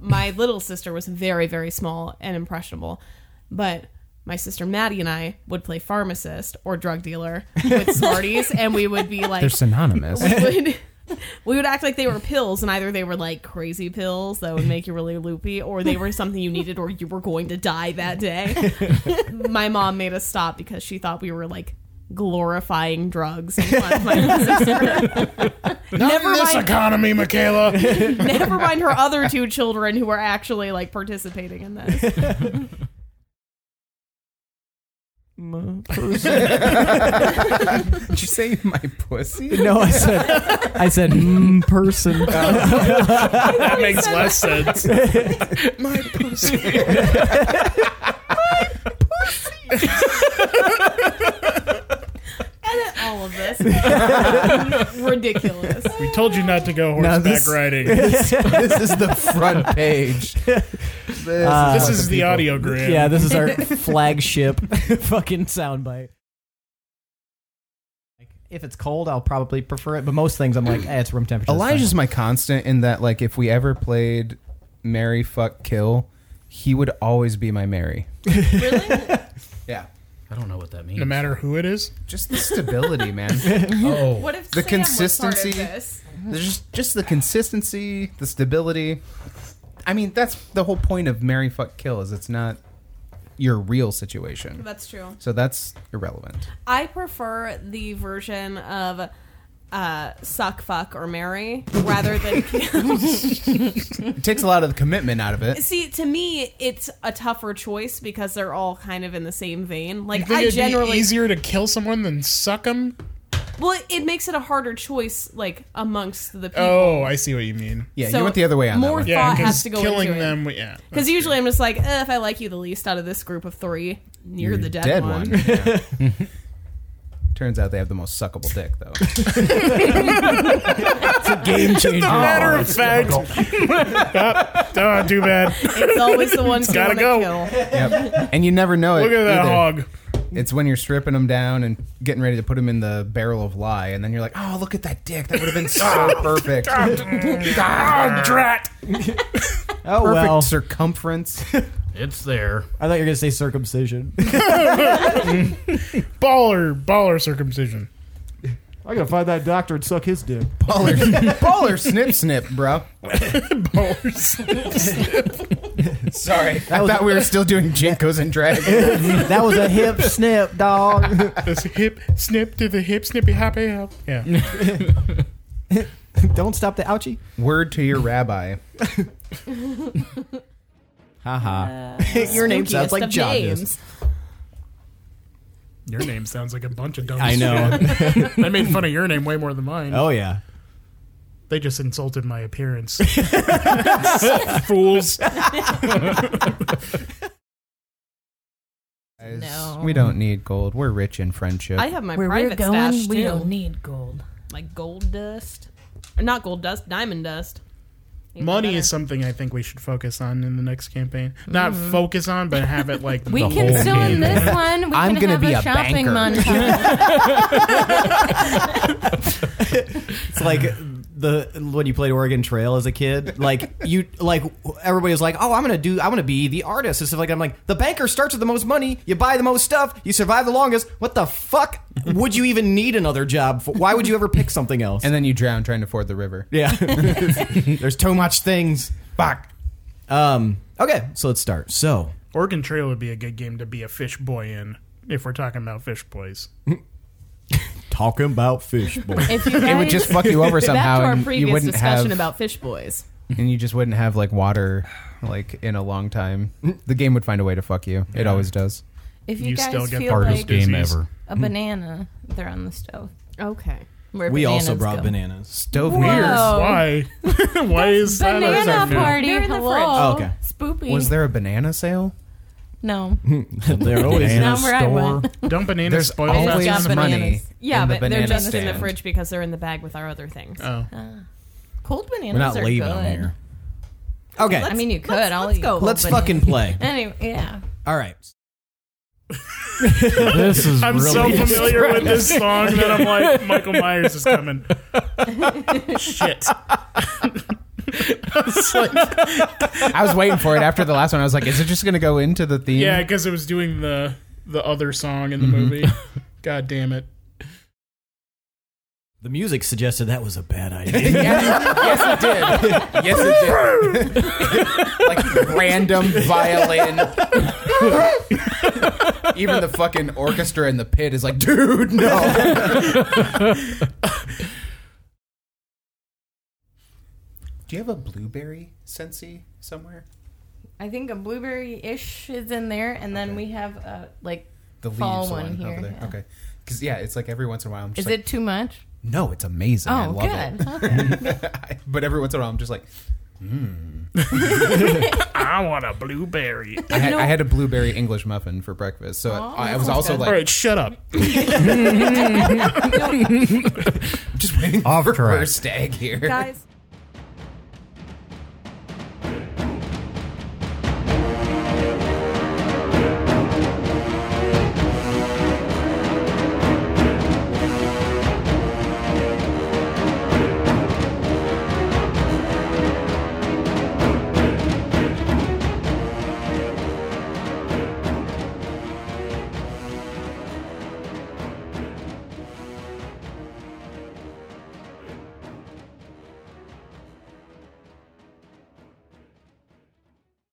[SPEAKER 4] My little sister was very very small and impressionable, but my sister Maddie and I would play pharmacist or drug dealer with Smarties, and we would be like
[SPEAKER 6] They're synonymous.
[SPEAKER 4] we would- we would act like they were pills, and either they were like crazy pills that would make you really loopy, or they were something you needed, or you were going to die that day. my mom made us stop because she thought we were like glorifying drugs. in front of my sister.
[SPEAKER 5] Not
[SPEAKER 4] Never
[SPEAKER 5] in this
[SPEAKER 4] mind.
[SPEAKER 5] economy, Michaela.
[SPEAKER 4] Never mind her other two children who were actually like participating in this.
[SPEAKER 6] Did you say my pussy?
[SPEAKER 2] no, I said, I said, mm, person.
[SPEAKER 5] that makes less sense. My pussy.
[SPEAKER 4] And all of this ridiculous.
[SPEAKER 5] We told you not to go horseback
[SPEAKER 2] this-
[SPEAKER 5] riding.
[SPEAKER 6] this is the front page. This
[SPEAKER 2] Uh,
[SPEAKER 5] this
[SPEAKER 2] Fuck
[SPEAKER 5] is the, audiogram.
[SPEAKER 2] yeah, this is our flagship fucking soundbite. Like, If it's cold, I'll probably prefer it, but most things I'm like, eh, it's room temperature. it's fine."
[SPEAKER 6] Elijah's my constant in that, like, if we ever played Mary Fuck Kill, he would always be my Mary. yeah.
[SPEAKER 3] I don't know what that means.
[SPEAKER 5] no matter who it is.
[SPEAKER 6] Just the stability, man.
[SPEAKER 3] Oh,
[SPEAKER 4] What if
[SPEAKER 6] The
[SPEAKER 4] Sam was part of
[SPEAKER 6] consistency.
[SPEAKER 4] this?
[SPEAKER 6] There's just, just the consistency, the stability. I mean, that's the whole point of Mary Fuck Kill is it's not your real situation.
[SPEAKER 4] That's true.
[SPEAKER 6] So that's irrelevant.
[SPEAKER 4] I prefer the version of uh, suck, fuck, or marry rather than kill.
[SPEAKER 6] It takes a lot of the commitment out of it.
[SPEAKER 4] See, to me, it's a tougher choice because they're all kind of in the same vein.
[SPEAKER 5] You
[SPEAKER 4] Like
[SPEAKER 5] think
[SPEAKER 4] I
[SPEAKER 5] it'd
[SPEAKER 4] generally,
[SPEAKER 5] be easier to kill someone than suck them?
[SPEAKER 4] Well, it makes it a harder choice, like amongst the people.
[SPEAKER 5] Oh, I see what you mean.
[SPEAKER 6] Yeah,
[SPEAKER 4] So
[SPEAKER 6] you went the other way on that
[SPEAKER 4] more
[SPEAKER 6] one.
[SPEAKER 5] Yeah,
[SPEAKER 4] thought
[SPEAKER 5] because
[SPEAKER 4] has to go
[SPEAKER 5] killing
[SPEAKER 4] into
[SPEAKER 5] them, we- yeah.
[SPEAKER 4] Because usually I'm just like, eh, if I like you the least out of this group of three, you're, the dead, one.
[SPEAKER 6] Yeah. Turns out they have the most suckable dick, though.
[SPEAKER 2] Game changer.
[SPEAKER 5] Matter of fact, oh, too bad.
[SPEAKER 4] It's always the ones you
[SPEAKER 5] Gotta
[SPEAKER 4] want to
[SPEAKER 5] go.
[SPEAKER 4] kill.
[SPEAKER 6] yep. And you never know it.
[SPEAKER 5] Look at that
[SPEAKER 6] either.
[SPEAKER 5] hog.
[SPEAKER 6] It's when you're stripping them down and getting ready to put them in the barrel of lie, and then you're like, "Oh, look at that dick! That would have been so perfect,
[SPEAKER 5] Oh, drat.
[SPEAKER 2] oh
[SPEAKER 6] perfect
[SPEAKER 2] well.
[SPEAKER 6] circumference."
[SPEAKER 3] It's there.
[SPEAKER 2] I thought you were gonna say circumcision.
[SPEAKER 5] Baller, baller circumcision.
[SPEAKER 2] I gotta find that doctor and suck his dick.
[SPEAKER 6] Baller, baller, snip, snip, bro.
[SPEAKER 5] Ballers.
[SPEAKER 6] Sorry, I thought we were still doing jinkos and dragons.
[SPEAKER 2] that was a hip snip, dog.
[SPEAKER 5] This hip snip to the hip snippy happy help. Yeah.
[SPEAKER 2] Don't stop the ouchie.
[SPEAKER 6] Word to your rabbi.
[SPEAKER 4] Your name
[SPEAKER 2] sounds like John does.
[SPEAKER 5] Your name sounds like a bunch of dumb
[SPEAKER 2] I know.
[SPEAKER 5] shit. I made fun of your name way more than mine.
[SPEAKER 2] Oh yeah.
[SPEAKER 5] They just insulted my appearance. Fools.
[SPEAKER 7] No.
[SPEAKER 6] We don't need gold. We're rich in friendship.
[SPEAKER 4] I have my
[SPEAKER 7] Where we're
[SPEAKER 4] private stash
[SPEAKER 7] going, we
[SPEAKER 4] too.
[SPEAKER 7] don't need gold.
[SPEAKER 4] like gold dust, Or not gold dust, diamond dust. Even
[SPEAKER 5] Money
[SPEAKER 4] better.
[SPEAKER 5] is something I think we should focus on in the next campaign. Not focus on, but have it like
[SPEAKER 7] Mm-hmm. We
[SPEAKER 5] the
[SPEAKER 7] can
[SPEAKER 5] whole
[SPEAKER 7] still in
[SPEAKER 5] game.
[SPEAKER 7] this one. We
[SPEAKER 6] I'm
[SPEAKER 7] can
[SPEAKER 6] gonna
[SPEAKER 7] have
[SPEAKER 6] be a
[SPEAKER 7] shopping
[SPEAKER 6] banker.
[SPEAKER 7] montage.
[SPEAKER 2] It's like the when you played Oregon Trail as a kid, like you like everybody was like, "Oh, I'm gonna do, I'm gonna be the artist." It's like I'm like the banker starts with the most money, you buy the most stuff, you survive the longest. What the fuck would you even need another job? For? Why would you ever pick something else?
[SPEAKER 6] and then you drown trying to ford the river.
[SPEAKER 2] yeah, there's too much things. Fuck. Um. Okay, so let's start. So
[SPEAKER 5] Oregon Trail would be a good game to be a fish boy in, if we're talking about fish boys.
[SPEAKER 2] talking about fish boy.
[SPEAKER 7] if you guys,
[SPEAKER 6] It would just fuck you over
[SPEAKER 4] Back
[SPEAKER 6] somehow,
[SPEAKER 4] to our
[SPEAKER 6] and you
[SPEAKER 4] previous
[SPEAKER 6] wouldn't
[SPEAKER 4] discussion
[SPEAKER 6] have,
[SPEAKER 4] about fish boys.
[SPEAKER 6] and you just wouldn't have like water, like in a long time. The game would find a way to fuck you. It always does.
[SPEAKER 7] if you,
[SPEAKER 5] You
[SPEAKER 7] guys
[SPEAKER 5] still get
[SPEAKER 7] feel
[SPEAKER 5] part of
[SPEAKER 7] like
[SPEAKER 3] Hardest game
[SPEAKER 5] disease.
[SPEAKER 3] ever.
[SPEAKER 7] a banana, they're on the stove.
[SPEAKER 4] Okay.
[SPEAKER 7] Where
[SPEAKER 2] we also
[SPEAKER 7] bananas
[SPEAKER 2] brought
[SPEAKER 7] go.
[SPEAKER 2] bananas.
[SPEAKER 6] Stove
[SPEAKER 7] Whoa.
[SPEAKER 6] mirrors.
[SPEAKER 5] Why? Why is that? a-
[SPEAKER 7] Banana party.
[SPEAKER 4] They're in the
[SPEAKER 7] Hello.
[SPEAKER 4] fridge.
[SPEAKER 2] Oh, okay.
[SPEAKER 7] Spoopy.
[SPEAKER 6] Was there a banana sale?
[SPEAKER 7] No.
[SPEAKER 2] They're always
[SPEAKER 7] Banana Not where I went.
[SPEAKER 5] Don't bananas
[SPEAKER 6] There's
[SPEAKER 5] spoil
[SPEAKER 7] always-
[SPEAKER 5] that?
[SPEAKER 7] got
[SPEAKER 6] money.
[SPEAKER 7] bananas.
[SPEAKER 4] Yeah,
[SPEAKER 6] in the
[SPEAKER 4] but they're
[SPEAKER 6] banana
[SPEAKER 4] just in the
[SPEAKER 6] stand.
[SPEAKER 4] fridge because they're in the bag with our other things.
[SPEAKER 5] Oh.
[SPEAKER 7] Cold bananas
[SPEAKER 2] We're not
[SPEAKER 7] are
[SPEAKER 2] leaving
[SPEAKER 7] good.
[SPEAKER 2] them here. Okay,
[SPEAKER 7] I mean, you could.
[SPEAKER 4] let's-
[SPEAKER 7] I'll
[SPEAKER 4] let's
[SPEAKER 7] eat
[SPEAKER 4] go.
[SPEAKER 7] cold
[SPEAKER 2] let's
[SPEAKER 7] banana.
[SPEAKER 2] fucking play.
[SPEAKER 7] Anyway, yeah.
[SPEAKER 2] All right.
[SPEAKER 3] This is
[SPEAKER 5] I'm
[SPEAKER 3] really
[SPEAKER 5] so familiar with this song that I'm like, Michael Myers is coming. Shit. It's like-
[SPEAKER 6] I was waiting for it after the last one. I was like, is it just going to go into the theme?
[SPEAKER 5] yeah, because it was doing the the other song in the
[SPEAKER 3] Mm-hmm.
[SPEAKER 5] movie. God damn it.
[SPEAKER 2] The music suggested that was a bad idea.
[SPEAKER 6] yes, it did. Yes, it did. like random violin. Even the fucking orchestra in the pit is like, dude, no. Do you have a blueberry scentsy somewhere?
[SPEAKER 7] I think a blueberry ish is in there, and then we have a like.
[SPEAKER 6] The leaves
[SPEAKER 7] Fall
[SPEAKER 6] one,
[SPEAKER 7] one here,
[SPEAKER 6] over there.
[SPEAKER 7] yeah.
[SPEAKER 6] Okay. Because yeah, it's like every once in a while I'm
[SPEAKER 7] Is
[SPEAKER 6] just like,
[SPEAKER 7] it too much?
[SPEAKER 6] no, it's amazing. I
[SPEAKER 7] oh,
[SPEAKER 6] love it.
[SPEAKER 7] good. Okay.
[SPEAKER 6] but every once in a while, I'm just like,
[SPEAKER 5] I want a blueberry.
[SPEAKER 6] I had, I had a blueberry English muffin for breakfast, so
[SPEAKER 7] Oh,
[SPEAKER 6] I, I was also
[SPEAKER 5] All
[SPEAKER 6] like,
[SPEAKER 5] right, shut up.
[SPEAKER 6] just waiting
[SPEAKER 3] Off
[SPEAKER 6] for
[SPEAKER 3] track.
[SPEAKER 6] a stag here.
[SPEAKER 4] Guys,